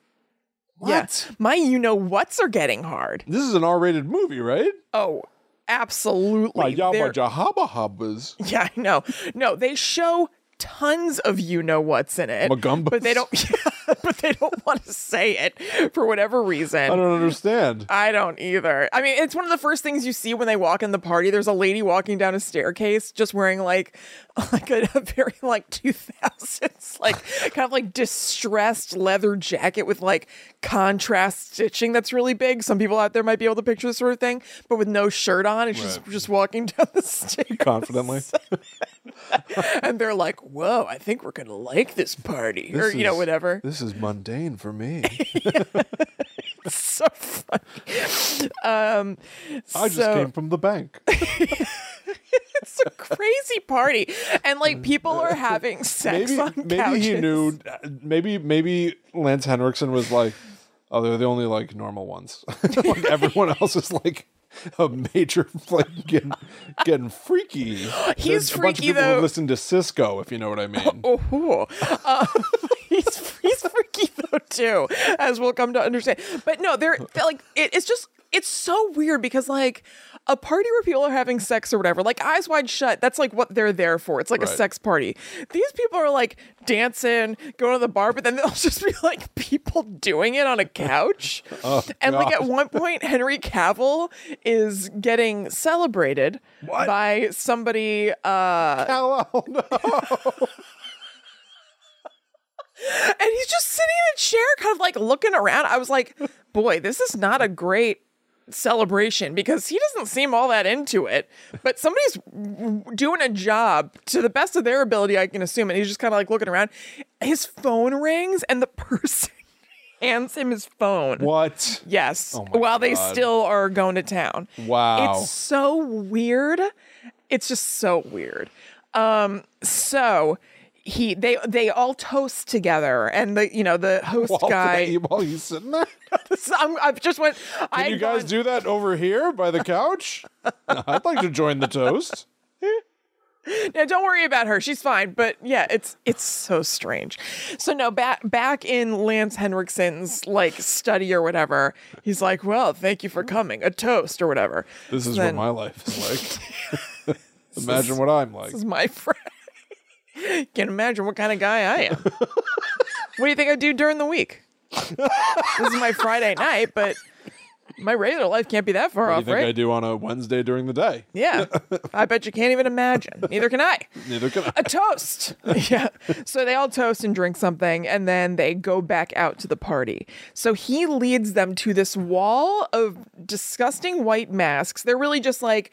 What?
yeah. My you know what's are getting hard.
This is an R rated movie, right?
Oh, absolutely.
By Yabba
They're-
Jahaba Hubbas.
*laughs* yeah, I know. No, they show tons of you know what's in it.
Magumbas.
But they don't *laughs* but they don't want to say it for whatever reason.
I don't
*laughs*
understand.
I don't either. I mean, it's one of the first things you see when they walk in the party. There's a lady walking down a staircase, just wearing like, *laughs* like a, a very like 2000s, *laughs* like kind of like distressed leather jacket with like contrast stitching that's really big. Some people out there might be able to picture this sort of thing, but with no shirt on, and she's
Right.
just walking *laughs* down the stairs.
Confidently.
and they're like, "Whoa, I think we're gonna like this party," or
This
you know,
is-
whatever.
This is mundane for
*laughs*
me.
so funny. Um,
I just
so-
came from the bank.
*laughs* it's a crazy party and like people are having sex
Uh, maybe
on
maybe
couches.
he knew. Maybe maybe Lance Henriksen was like, oh, they're the only like normal ones. *laughs* like everyone else is like a major like getting, getting
*gasps*
freaky. There's a bunch of
freaky,
people
though.
who listen to Cisco, if you know what I mean.
*laughs* Oh, whoa. Uh, *laughs* he's he's freaky though too, as we'll come to understand. But no, they're, they're, like it, it's just it's so weird because like a party where people are having sex or whatever, like Eyes Wide Shut, that's like what they're there for. It's like a
Right.
sex party. These people are like dancing, going to the bar, but then they'll *laughs* just be like people doing it on
*laughs*
a couch. and like at
Oh, God.
one point, Henry Cavill is getting celebrated
What?
by somebody. Uh, *laughs*
Hello, no.
And he's just sitting in a chair, kind of like looking around. I was like, boy, this is not a great celebration because he doesn't seem all that into it. But somebody's w- doing a job to the best of their ability, I can assume. And he's just kind of like looking around. His phone rings and the *laughs* person hands him his phone.
What? Oh
Yes.
my
while they
God.
still are going to town.
Wow. *laughs*
It's so weird. It's just so weird. Um so he they they all toast together and the you know the host
While,
guy
while he's sitting there,
This- *laughs* I'm, I've just went I
can you guys do that over here by the couch? *laughs* I'd like to join the toast.
Now, don't worry about her. She's fine. But yeah, it's it's so strange. So no, back back in Lance Henriksen's like study or whatever, he's like, "Well, thank you for coming. A toast or whatever."
This is
Then-
what my life is
*laughs*
like. Imagine what I'm like.
is my *laughs* friend. Can't imagine what kind of guy I am. what do you think I do during the week? this is my Friday night, but my regular life can't be that
What
far
do you
off,
think
right?
I do on a Wednesday during the day?
yeah. I bet you can't even imagine. Neither can I.
Neither can I.
A toast. yeah. So they all toast and drink something, and then they go back out to the party. So he leads them to this wall of disgusting white masks. They're really just like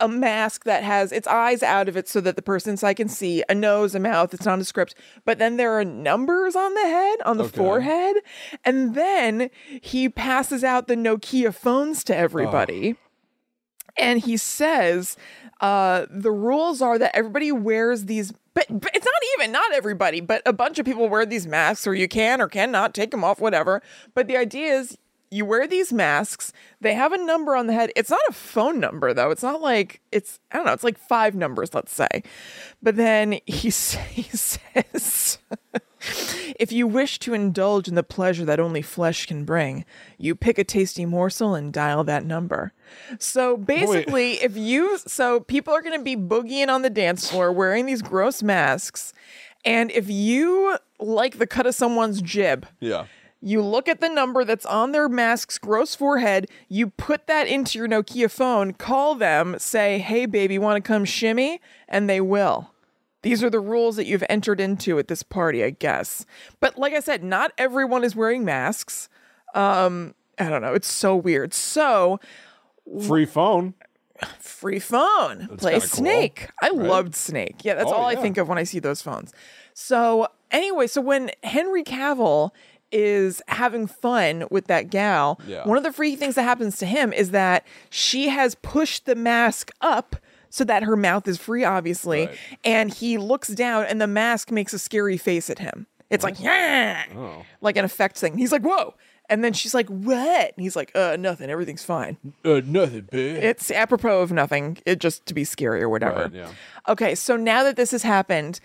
a mask that has its eyes out of it so that the person inside can see a nose, a mouth. It's not on the script. But then there are numbers on the head, on the
Okay.
forehead. And then he passes out the Nokia phones to everybody and he says uh, the rules are that everybody wears these but, but it's not even not everybody but a bunch of people wear these masks or you can or cannot take them off whatever but the idea is You wear these masks. They have a number on the head. It's not a phone number though. It's not like it's I don't know. It's like five numbers, let's say. But then he *laughs* s- he says, if you wish to indulge in the pleasure that only flesh can bring, you pick a tasty morsel and dial that number. So basically, if you so people are going to be boogieing on the dance floor wearing these gross masks, and if you like the cut of someone's jib. *laughs*
Yeah.
You look at the number that's on their mask's gross forehead, you put that into your Nokia phone, call them, say, hey, baby, want to come shimmy? And they will. These are the rules that you've entered into at this party, I guess. But like I said, not everyone is wearing masks. Um, I don't know. It's so weird. So,
Free phone.
free phone. Play
kinda cool,
Snake. I loved Snake. Yeah, that's
Oh,
all
yeah.
I think of when I see those phones. So, anyway, so when Henry Cavill is having fun with that gal,
Yeah.
one of the freaky things that happens to him is that she has pushed the mask up so that her mouth is free, obviously,
Right.
and he looks down and the mask makes a scary face at him. It's like, yeah,
Oh.
like an effect thing. He's like, whoa. And then she's like, what? And he's like, uh, nothing. Everything's fine.
Uh, nothing, bitch.
*laughs* It's apropos of nothing. It just to be scary or whatever.
Right, yeah.
Okay, so now that this has happened,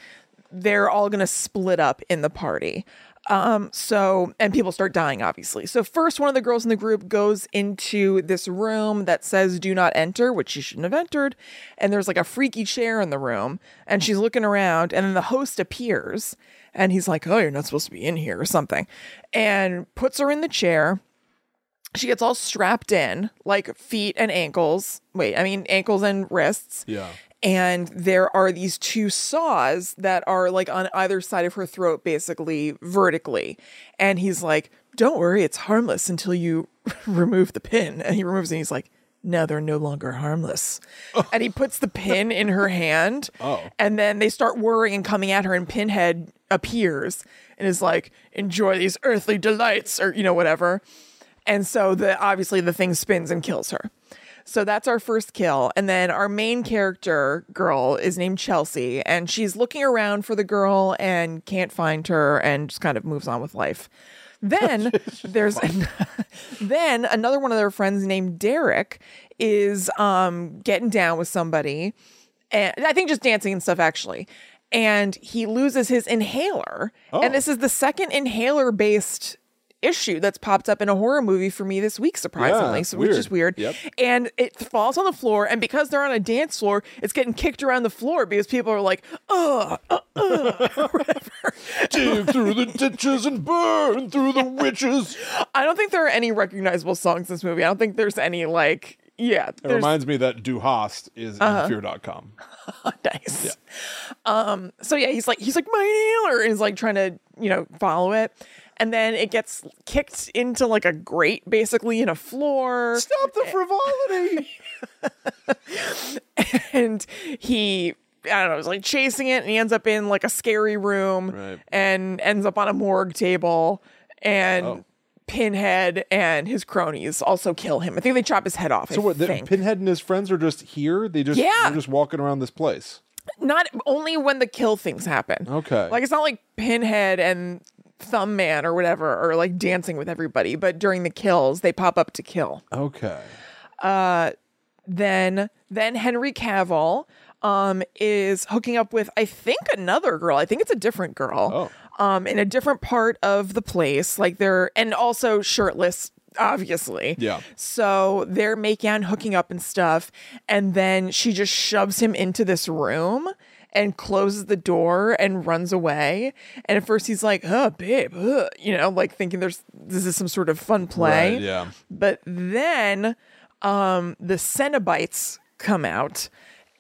they're all gonna split up in the party. Um, so and people start dying, obviously. So first one of the girls in the group goes into this room that says do not enter, which she shouldn't have entered, and there's like a freaky chair in the room, and she's looking around, and then the host appears and he's like, Oh, you're not supposed to be in here or something, and puts her in the chair she gets all strapped in, like feet and ankles. Wait, I mean ankles and wrists.
Yeah.
And there are these two saws that are like on either side of her throat, basically vertically. And he's like, "Don't worry, it's harmless until you *laughs* remove the pin." And he removes, it and he's like, "Now they're no longer harmless." and he puts the pin in her hand.
*laughs* Oh.
And then they start whirring and coming at her, and Pinhead appears and is like, "Enjoy these earthly delights," or you know whatever. And so the obviously the thing spins and kills her. So that's our first kill. And then our main character girl is named Chelsea and she's looking around for the girl and can't find her and just kind of moves on with life. Then there's an- *laughs* then another one of their friends named Derek is um getting down with somebody and I think just dancing and stuff actually. And he loses his inhaler. And this is the second inhaler based issue that's popped up in a horror movie for me this week, surprisingly.
Yeah,
so which is
weird.
weird.
Yep.
And it falls on the floor, and because they're on a dance floor, it's getting kicked around the floor because people are like, "Ugh, uh,
Dig through the ditches and burn through the
*laughs*
witches.
I don't think there are any recognizable songs in this movie. I don't think there's any like, yeah,
It
there's Uh-huh.
reminds me that Du Hast is in fear.com.
*laughs* nice. Um, so yeah, he's like he's like my inhaler and he's like trying to, you know, follow it. And then it gets kicked into like a grate basically in a floor.
Stop the frivolity.
and he I don't know, is like chasing it and he ends up in like a scary room
Right.
and ends up on a morgue table and
Oh.
Pinhead and his cronies also kill him. I think they chop his head off.
so what? The, Pinhead and his friends are just here. They just
Yeah.
they're just walking around this place.
not only when the kill things happen.
Okay.
Like it's not like Pinhead and Thumb Man or whatever are like dancing with everybody, but during the kills they pop up to kill.
Okay.
Then then Henry Cavill um is hooking up with I think another girl. I think it's a different girl.
Oh.
Um in a different part of the place. Like they're and also shirtless obviously.
Yeah.
So they're making out and hooking up and stuff. And then she just shoves him into this room and closes the door and runs away. And at first he's like, oh, babe, uh," you know, like thinking there's this is some sort of fun play.
Right, yeah.
But then um, the Cenobites come out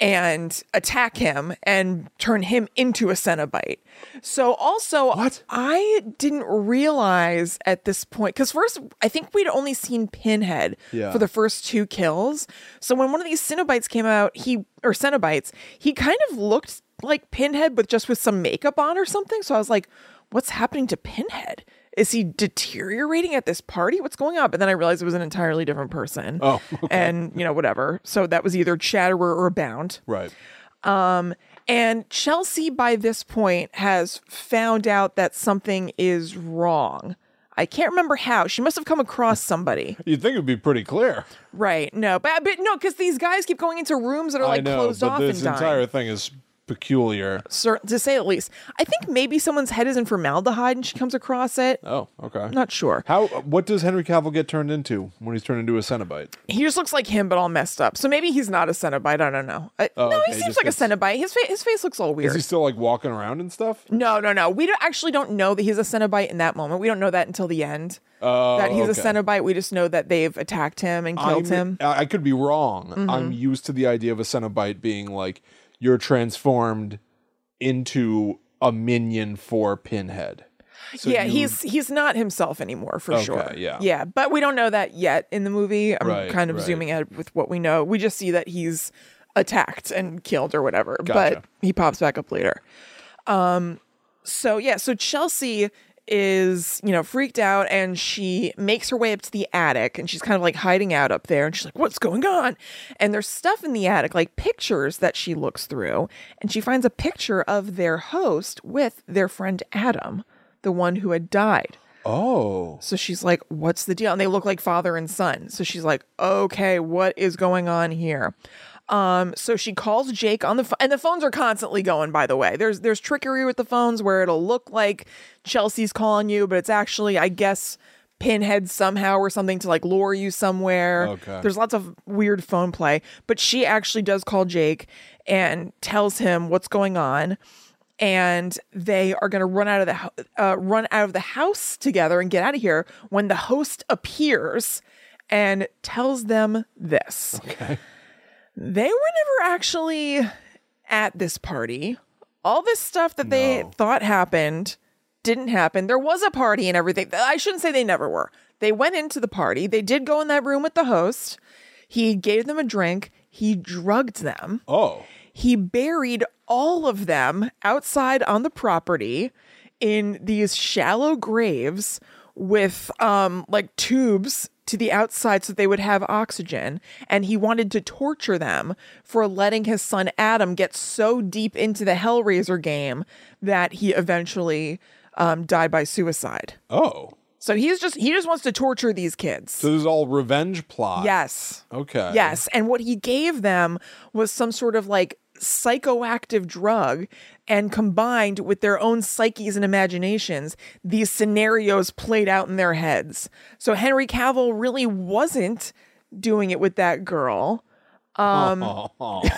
and attack him and turn him into a Cenobite. So also
What?
I didn't realize at this point cuz first I think we'd only seen Pinhead
Yeah.
for the first two kills. So when one of these Cenobites came out, he or Cenobites, he kind of looked like Pinhead but just with some makeup on or something. So I was like, what's happening to Pinhead? Is he deteriorating at this party? What's going on? But then I realized it was an entirely different person.
Oh, *laughs*
And, you know, whatever. So that was either Chatterer or Bound. Um,
Right.
And Chelsea, by this point, has found out that something is wrong. I can't remember how. She must have come across somebody.
You'd think it would be pretty clear.
Right. No, but, but no, because these guys keep going into rooms that are like
I know,
closed
but
off
this
and dying.
entire thing is peculiar.
cer- to say the least. I think maybe someone's head is in formaldehyde and she comes across it.
Oh, okay.
Not sure.
How? What does Henry Cavill get turned into when he's turned into a Cenobite?
He just looks like him, but all messed up. So maybe he's not a Cenobite. I don't know. Uh, no,
Oh, okay,
he
he
seems
just
like
gets-
a Cenobite. His fa- his face looks all
Is
weird.
he still like walking around and stuff?
No, no, no. We don't, actually don't know that he's a Cenobite in that moment. We don't know that until the end.
Oh,
that he's
okay.
a Cenobite. We just know that they've attacked him and killed
I'm-
him. Mm-hmm.
I I could be wrong. I'm used to the idea of a Cenobite being like you're transformed into a minion for Pinhead. So
yeah,
you-
he's he's not himself anymore for sure.
yeah.
yeah, but we don't know that yet in the movie. I'm
Right,
kind of
right.
zooming out with what we know. We just see that he's attacked and killed or whatever,
Gotcha.
but he pops back up later. Um, so yeah, so Chelsea is you know freaked out and she makes her way up to the attic and she's kind of like hiding out up there and she's like what's going on and there's stuff in the attic like pictures that she looks through and she finds a picture of their host with their friend Adam the one who had died
Oh,
so she's like, What's the deal? And they look like father and son. So she's like, Okay, what is going on here? Um, so she calls Jake on the phone, and the phones are constantly going, by the way. There's there's trickery with the phones where it'll look like Chelsea's calling you, but it's actually, I guess, pinhead somehow or something to like lure you somewhere.
Okay.
There's lots of weird phone play, but she actually does call Jake and tells him what's going on and they are going to run out of the ho- uh, run out of the house together and get out of here when the host appears and tells them this. They were never actually at this party. All this stuff that they
No.
thought happened didn't happen. There was a party and everything. I shouldn't say they never were. They went into the party. They did go in that room with the host. He gave them a drink. He drugged them
oh,
he buried all of them outside on the property in these shallow graves with um like tubes to the outside so they would have oxygen and he wanted to torture them for letting his son Adam get so deep into the Hellraiser game that he eventually um died by suicide.
oh.
So he's just he just wants to torture these kids.
So this is all revenge plot.
yes.
Okay.
Yes. And what he gave them was some sort of like psychoactive drug. And combined with their own psyches and imaginations, these scenarios played out in their heads. So Henry Cavill really wasn't doing it with that girl. *laughs*
*laughs* Oh.
Um,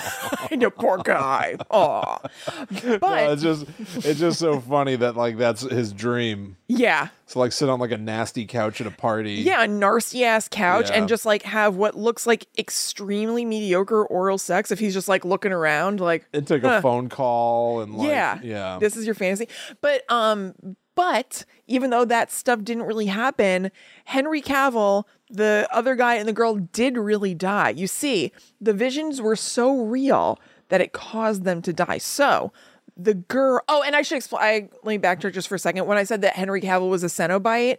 I know, poor guy. Aw. But
No, it's just it's just
*laughs*
so funny that like that's his dream.
yeah.
So like sit on like a nasty couch at a party.
Yeah, a nasty ass couch
Yeah.
and just like have what looks like extremely mediocre oral sex if he's just like looking around like
And take a phone call and like
yeah
yeah.
this is your fantasy but um but even though that stuff didn't really happen henry cavill the other guy and the girl did really die you see the visions were so real that it caused them to die so the girl oh and i should explain i lean back to it just for a second when i said that henry cavill was a cenobite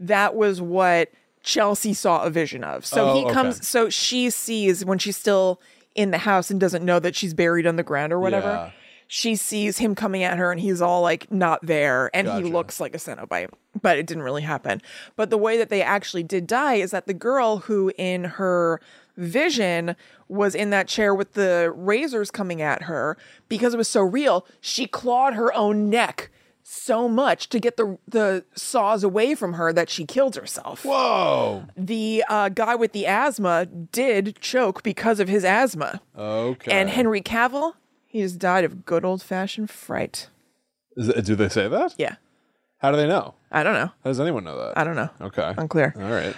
that was what chelsea saw a vision of so
Oh,
he
okay.
comes so she sees when she's still in the house and doesn't know that she's buried on the ground or whatever
Yeah.
she sees him coming at her and he's all like not there and he
Gotcha.
looks like a Cenobite, but it didn't really happen. But the way that they actually did die is that the girl who in her vision was in that chair with the razors coming at her because it was so real, she clawed her own neck so much to get the the saws away from her that she killed herself
Whoa.
the uh, guy with the asthma did choke because of his asthma.
Okay.
And Henry Cavill, he just died of good old fashioned fright.
Is it- do they say that?
Yeah.
How do they know?
I don't know.
How does anyone know that?
I don't know.
Okay.
Unclear.
All right.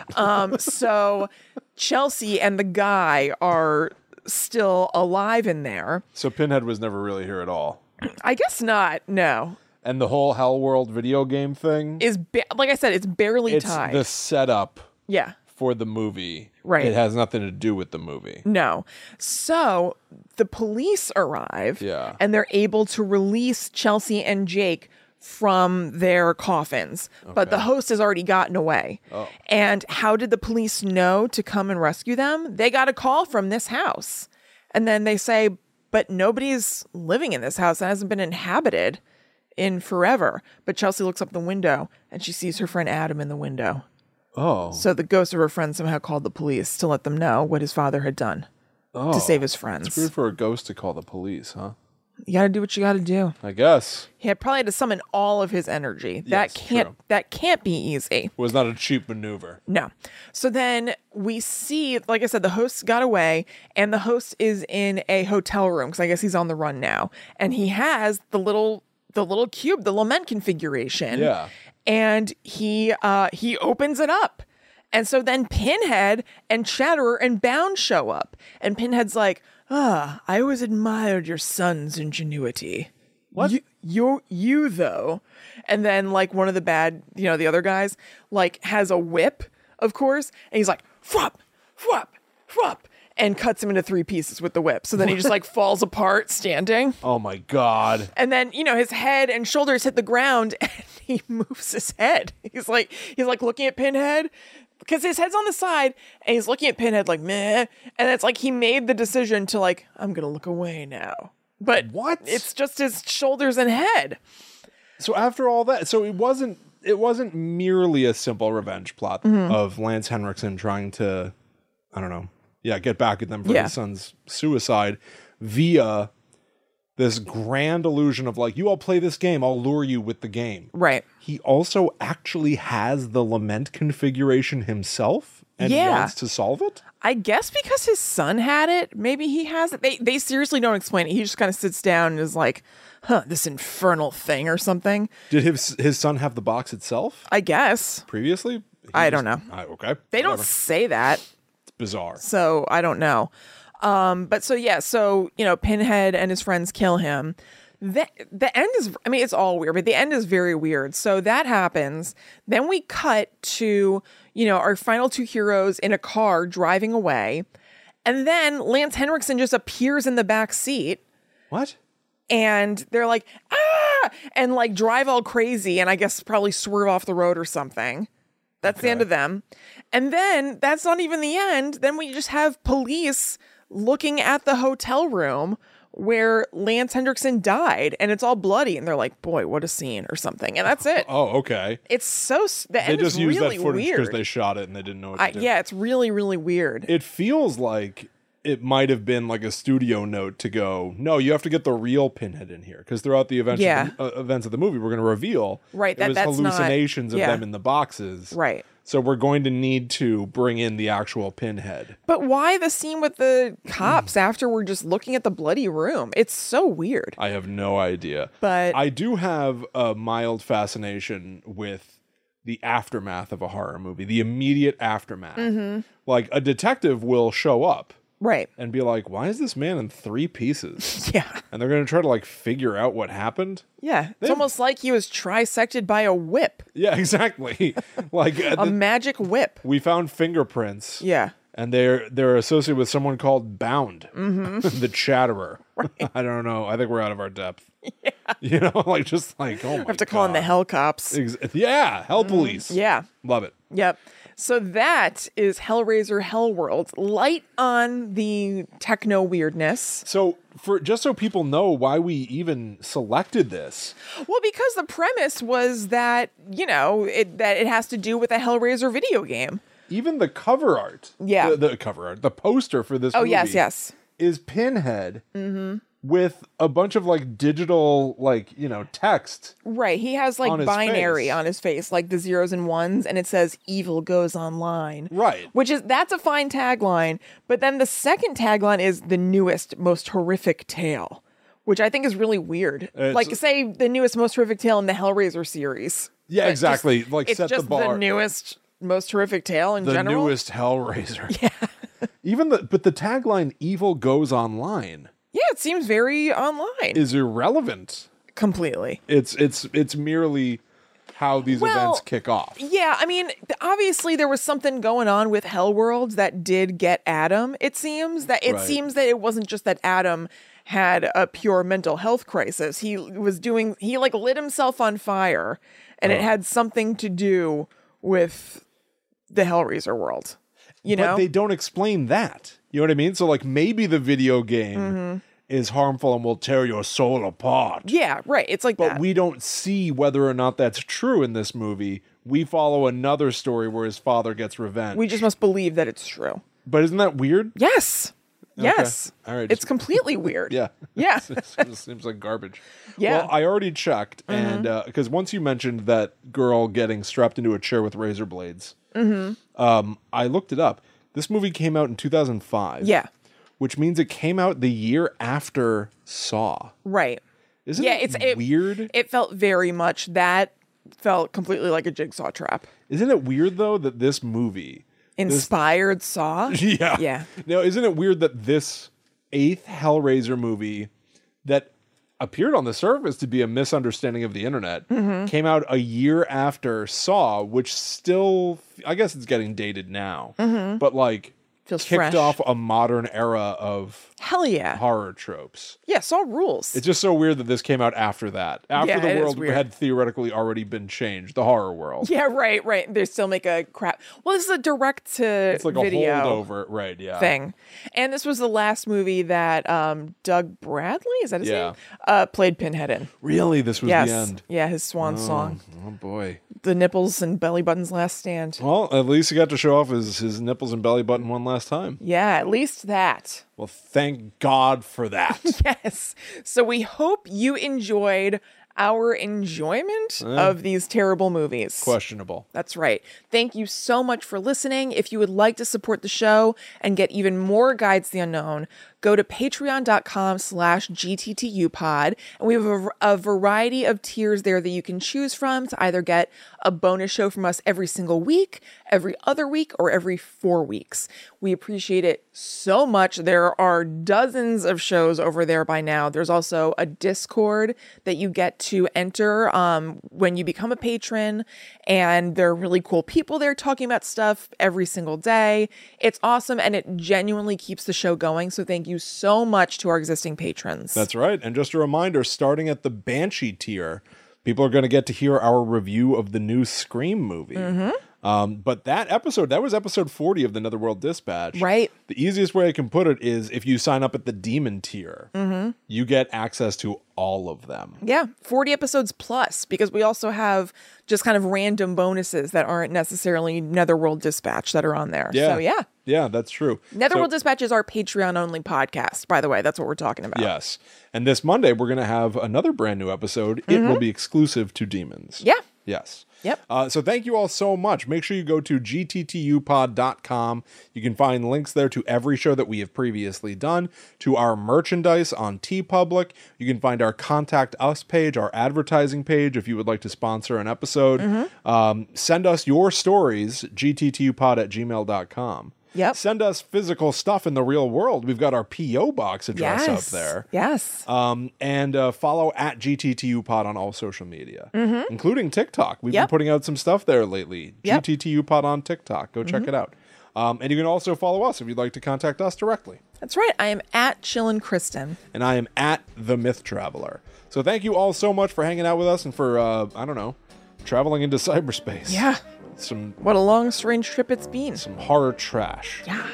*laughs*
Um, so Chelsea and the guy are still alive in there.
so Pinhead was never really here at all.
I guess not. No.
And the whole Hell World video game thing.
Is ba- like I said, it's barely
it's
tied.
the setup
yeah.
for the movie.
Right. Mm.
It has nothing to do with the movie.
No. So the police arrive
Yeah.
and they're able to release Chelsea and Jake from their coffins. But the host has already gotten away. And how did the police know to come and rescue them? They got a call from this house. And then they say, but nobody's living in this house. It hasn't been inhabited in forever. But Chelsea looks up the window and she sees her friend Adam in the window.
Oh.
So the ghost of her friend somehow called the police to let them know what his father had done
oh.
to save his friends.
Weird for a ghost to call the police, huh?
You got to do what you got to do.
I guess.
He had probably had to summon all of his energy.
Yes,
That can't
true.
that can't be easy.
was not a cheap maneuver.
No. So then we see, like I said, the host got away, and the host is in a hotel room because I guess he's on the run now, and he has the little the little cube, the lament configuration.
Yeah.
And he uh he opens it up. And so then Pinhead and Chatterer and Bound show up. And Pinhead's like, ah, I always admired your son's ingenuity.
What?
You, you, you though. And then like one of the bad, you know, the other guys like has a whip, of course, and he's like, fwop, fwop, fwop, and cuts him into three pieces with the whip. So then he just like falls apart standing.
Oh my god.
And then, you know, his head and shoulders hit the ground *laughs* and he moves his head. He's like, he's like looking at Pinhead because his head's on the side and he's looking at Pinhead like, meh. And it's like he made the decision to like, I'm going to look away now. But
What?
It's just his shoulders and head.
So after all that, so it wasn't it wasn't merely a simple revenge plot
Mm-hmm.
of Lance Henriksen trying to I don't know. Yeah, get back at them for
Yeah.
his son's suicide via this grand illusion of like you all play this game, I'll lure you with the game.
Right.
He also actually has the lament configuration himself and
Yeah.
wants to solve it?
I guess because his son had it, maybe he has it. They they seriously don't explain it. He just kind of sits down and is like, huh, this infernal thing or something.
Did his his son have the box itself
I guess.
previously? He
I
just-
don't know.
I- okay.
They don't
Whatever.
say that.
bizarre.
So I don't know. Um, but so yeah, so you know, Pinhead and his friends kill him. The, the end is I mean it's all weird, but the end is very weird. So that happens. Then we cut to, you know, our final two heroes in a car driving away. And then Lance Henriksen just appears in the back seat
What?
and they're like, ah, and like drive all crazy, and I guess probably swerve off the road or something. That's the end of them. And then that's not even the end. Then we just have police looking at the hotel room where Lance Hendrickson died, and it's all bloody, and they're like, boy, what a scene or something. And that's
*laughs*
it.
Oh, okay.
It's so, s- the
They
end
just
is
used
really
that footage because
weird.
they shot it and they didn't know what to
I,
do.
yeah, it's really, really weird.
It feels like it might have been like a studio note to go, no, you have to get the real pinhead in here because throughout the events,
Yeah.
of the, uh, events of the movie, we're going to reveal
Right,
it
that-
was
that's not-
hallucinations
yeah.
of them in the boxes.
Right.
So we're going to need to bring in the actual pinhead.
but why the scene with the
*clears throat*
cops after we're just looking at the bloody room? It's so weird.
I have no idea.
But-
I do have a mild fascination with the aftermath of a horror movie, the immediate aftermath.
Mm-hmm.
Like a detective will show up
Right.
and be like, "Why is this man in three
*laughs*
pieces?"
Yeah.
and they're going to try to like figure out what happened.
Yeah, it's almost like he was trisected by a whip,
Yeah, *laughs* exactly. like uh,
a
th-
magic whip.
we found fingerprints.
Um, Yeah.
And they're they're associated with someone called Bound,
Mm-hmm.
*laughs* the Chatterer.
*laughs*
I don't know. I think we're out of our depth. *laughs* You know, like just like oh my
I have to call in the hell cops.
Ex- yeah, hell police.
Yeah.
love it.
Yep. So that is Hellraiser Hellworld. Light on the techno weirdness.
So for just so people know why we even selected this,
Well, because the premise was that, you know, it, that it has to do with a Hellraiser video game.
even the cover art.
Yeah.
the, the cover art, the poster for this.
Oh, yes, yes.
is Pinhead with a bunch of like digital, like you know, text.
Right. He has like
On his
binary
face.
on his face, like the zeros and ones, and it says evil goes online.
Right.
Which is that's a fine tagline. But then the second tagline is the newest, most horrific tale. Which I think is really weird.
It's-
like say the newest, most horrific tale in the Hellraiser series.
Yeah,
But
exactly.
just-
Like,
it's
set the
just
bar.
newest, most horrific tale in
The
general.
newest Hellraiser. *laughs* Yeah. even the but the tagline "Evil goes online"
yeah, it seems very online.
is irrelevant.
completely.
It's it's it's merely how these
Well,
events kick off.
Yeah, I mean, th- obviously there was something going on with Hellworlds that did get Adam. It seems that it
Right.
seems that it wasn't just that Adam had a pure mental health crisis. He was doing he like lit himself on fire, and it had something to do with the Hellraiser world. You
but
know,
they don't explain that. You know what I mean? So like maybe the video game is harmful and will tear your soul apart.
Yeah, right. It's like
But
that.
we don't see whether or not that's true in this movie. We follow another story where his father gets revenge.
we just must believe that it's true.
but isn't that weird? *laughs*
Yes. Yes.
All right,
It's
just-
completely
*laughs*
weird.
Yeah.
Yeah.
It seems like garbage.
Yeah. Mm-hmm.
Well, I already checked, and because once you mentioned that girl getting strapped into a chair with razor blades,
Mm-hmm.
um, I looked it up. This movie came out in 2005.
Yeah.
Which means it came out the year after Saw.
Right.
Isn't
Yeah,
it
it's- it-
weird? is
It felt very much that felt completely like a jigsaw trap.
isn't it weird though that this movie?
Inspired Saw.
Yeah.
Yeah.
Now, isn't it weird that this eighth Hellraiser movie that appeared on the surface to be a misunderstanding of the internet
Mm-hmm.
came out a year after Saw, which still, I guess it's getting dated now, but like
Mm-hmm. Feels
kicked
fresh.
off a modern era of
Hell yeah.
horror tropes.
Yeah, Saw rules.
It's just so weird that this came out after that, after
Yeah, it
the
is
world
weird.
had theoretically already been changed, the horror world.
*laughs* yeah, right, right. They still make a crap. Well, this is a direct to
It's like
video
a holdover, right? Yeah.
thing. And this was the last movie that um, Doug Bradley, is that his
Yeah.
name? Uh, played Pinhead in.
Really, this was the
Yes.
end.
Yeah, his swan song.
Oh boy.
The nipples and belly buttons last stand.
Well, at least he got to show off his, his nipples and belly button one last time.
Yeah, at least that.
Well, thank God for *laughs* that.
Yes. So we hope you enjoyed our enjoyment of these terrible movies.
Questionable.
That's right. Thank you so much for listening. If you would like to support the show and get even more Guides to the Unknown, go to patreon.com slash gttupod. And we have a, a variety of tiers there that you can choose from to either get a bonus show from us every single week, every other week, or every four weeks. We appreciate it so much. There are dozens of shows over there by now. There's also a Discord that you get to enter um, when you become a patron, and there are really cool people there talking about stuff every single day. It's awesome, and it genuinely keeps the show going. So thank you so much to our existing patrons.
That's right. And just a reminder starting at the Banshee tier, people are going to get to hear our review of the new Scream movie. Um, but that episode, that was episode 40 of the Netherworld Dispatch.
Right.
The easiest way I can put it is if you sign up at the Demon tier, you get access to all of them.
yeah, 40 episodes plus, because we also have just kind of random bonuses that aren't necessarily Netherworld Dispatch that are on there. So, yeah.
Yeah, that's true. So-
Netherworld Dispatch is our Patreon only podcast, by the way. That's what we're talking about.
Yes. And this Monday, we're going to have another brand new episode. It will be exclusive to Demons.
Mm-hmm. Yeah.
Yes.
Yep.
Uh, so thank you all so much. Make sure you go to gttupod.com. You can find links there to every show that we have previously done, to our merchandise on TeePublic. You can find our contact us page, our advertising page, if you would like to sponsor an episode.
Mm-hmm.
Um, send us your stories, gttupod at gmail.com.
Yep.
Send us physical stuff in the real world. We've got our P.O. box address up there.
Yes.
Um, and uh, follow at GTTU Pod on all social media, including TikTok. We've been
Mm-hmm. Yep.
putting out some stuff there lately.
Yep. Mm-hmm.
GTTU Pod on TikTok. Go check it out. Um, and you can also follow us if you'd like to contact us directly.
That's right. I am at Chillin' Kristen.
And I am at The Myth Traveler. So thank you all so much for hanging out with us and for, uh, I don't know, traveling into *laughs* cyberspace.
Yeah.
Some,
What a long, strange trip it's been.
some horror trash.
Yeah.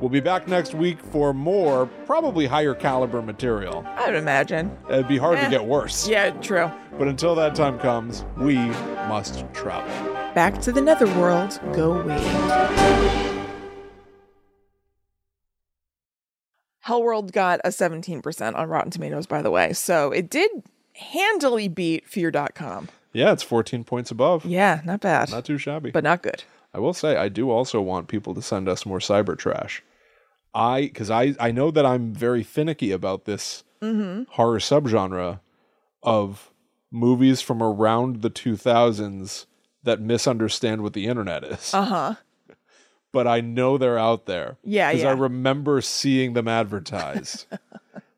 We'll be back next week for more, probably higher caliber material.
I would imagine.
It'd be hard to
Eh.
get worse.
Yeah, true.
But until that time comes, we must travel.
Back to the Netherworld. Go we. Hellworld got a 17% on Rotten Tomatoes, by the way. So it did handily beat Fear.com.
Yeah, it's 14 points above.
Yeah, not bad,
Not too shabby.
but not good.
I will say I do also want people to send us more cyber trash. I cuz I I know that I'm very finicky about this horror subgenre of movies from around the 2000s that misunderstand what the internet is.
Uh huh.
But I know they're out there.
Yeah,
Cuz
yeah.
I remember seeing them
*laughs*
advertised.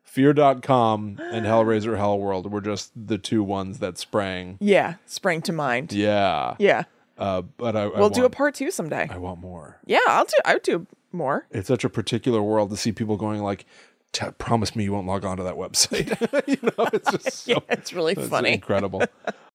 Fear.com and Hellraiser Hellworld were just the two ones that sprang.
Yeah, spring to mind.
Yeah.
Yeah.
Uh, but I,
We'll
I
do a
want,
part two someday.
I want more.
Yeah, I'll do I would do more. *laughs*
It's such a particular world to see people going like, "T- *laughs*
*laughs*
"Promise me you won't log on to that website." you know, it's just so
It's really
it's
funny. *laughs*
incredible.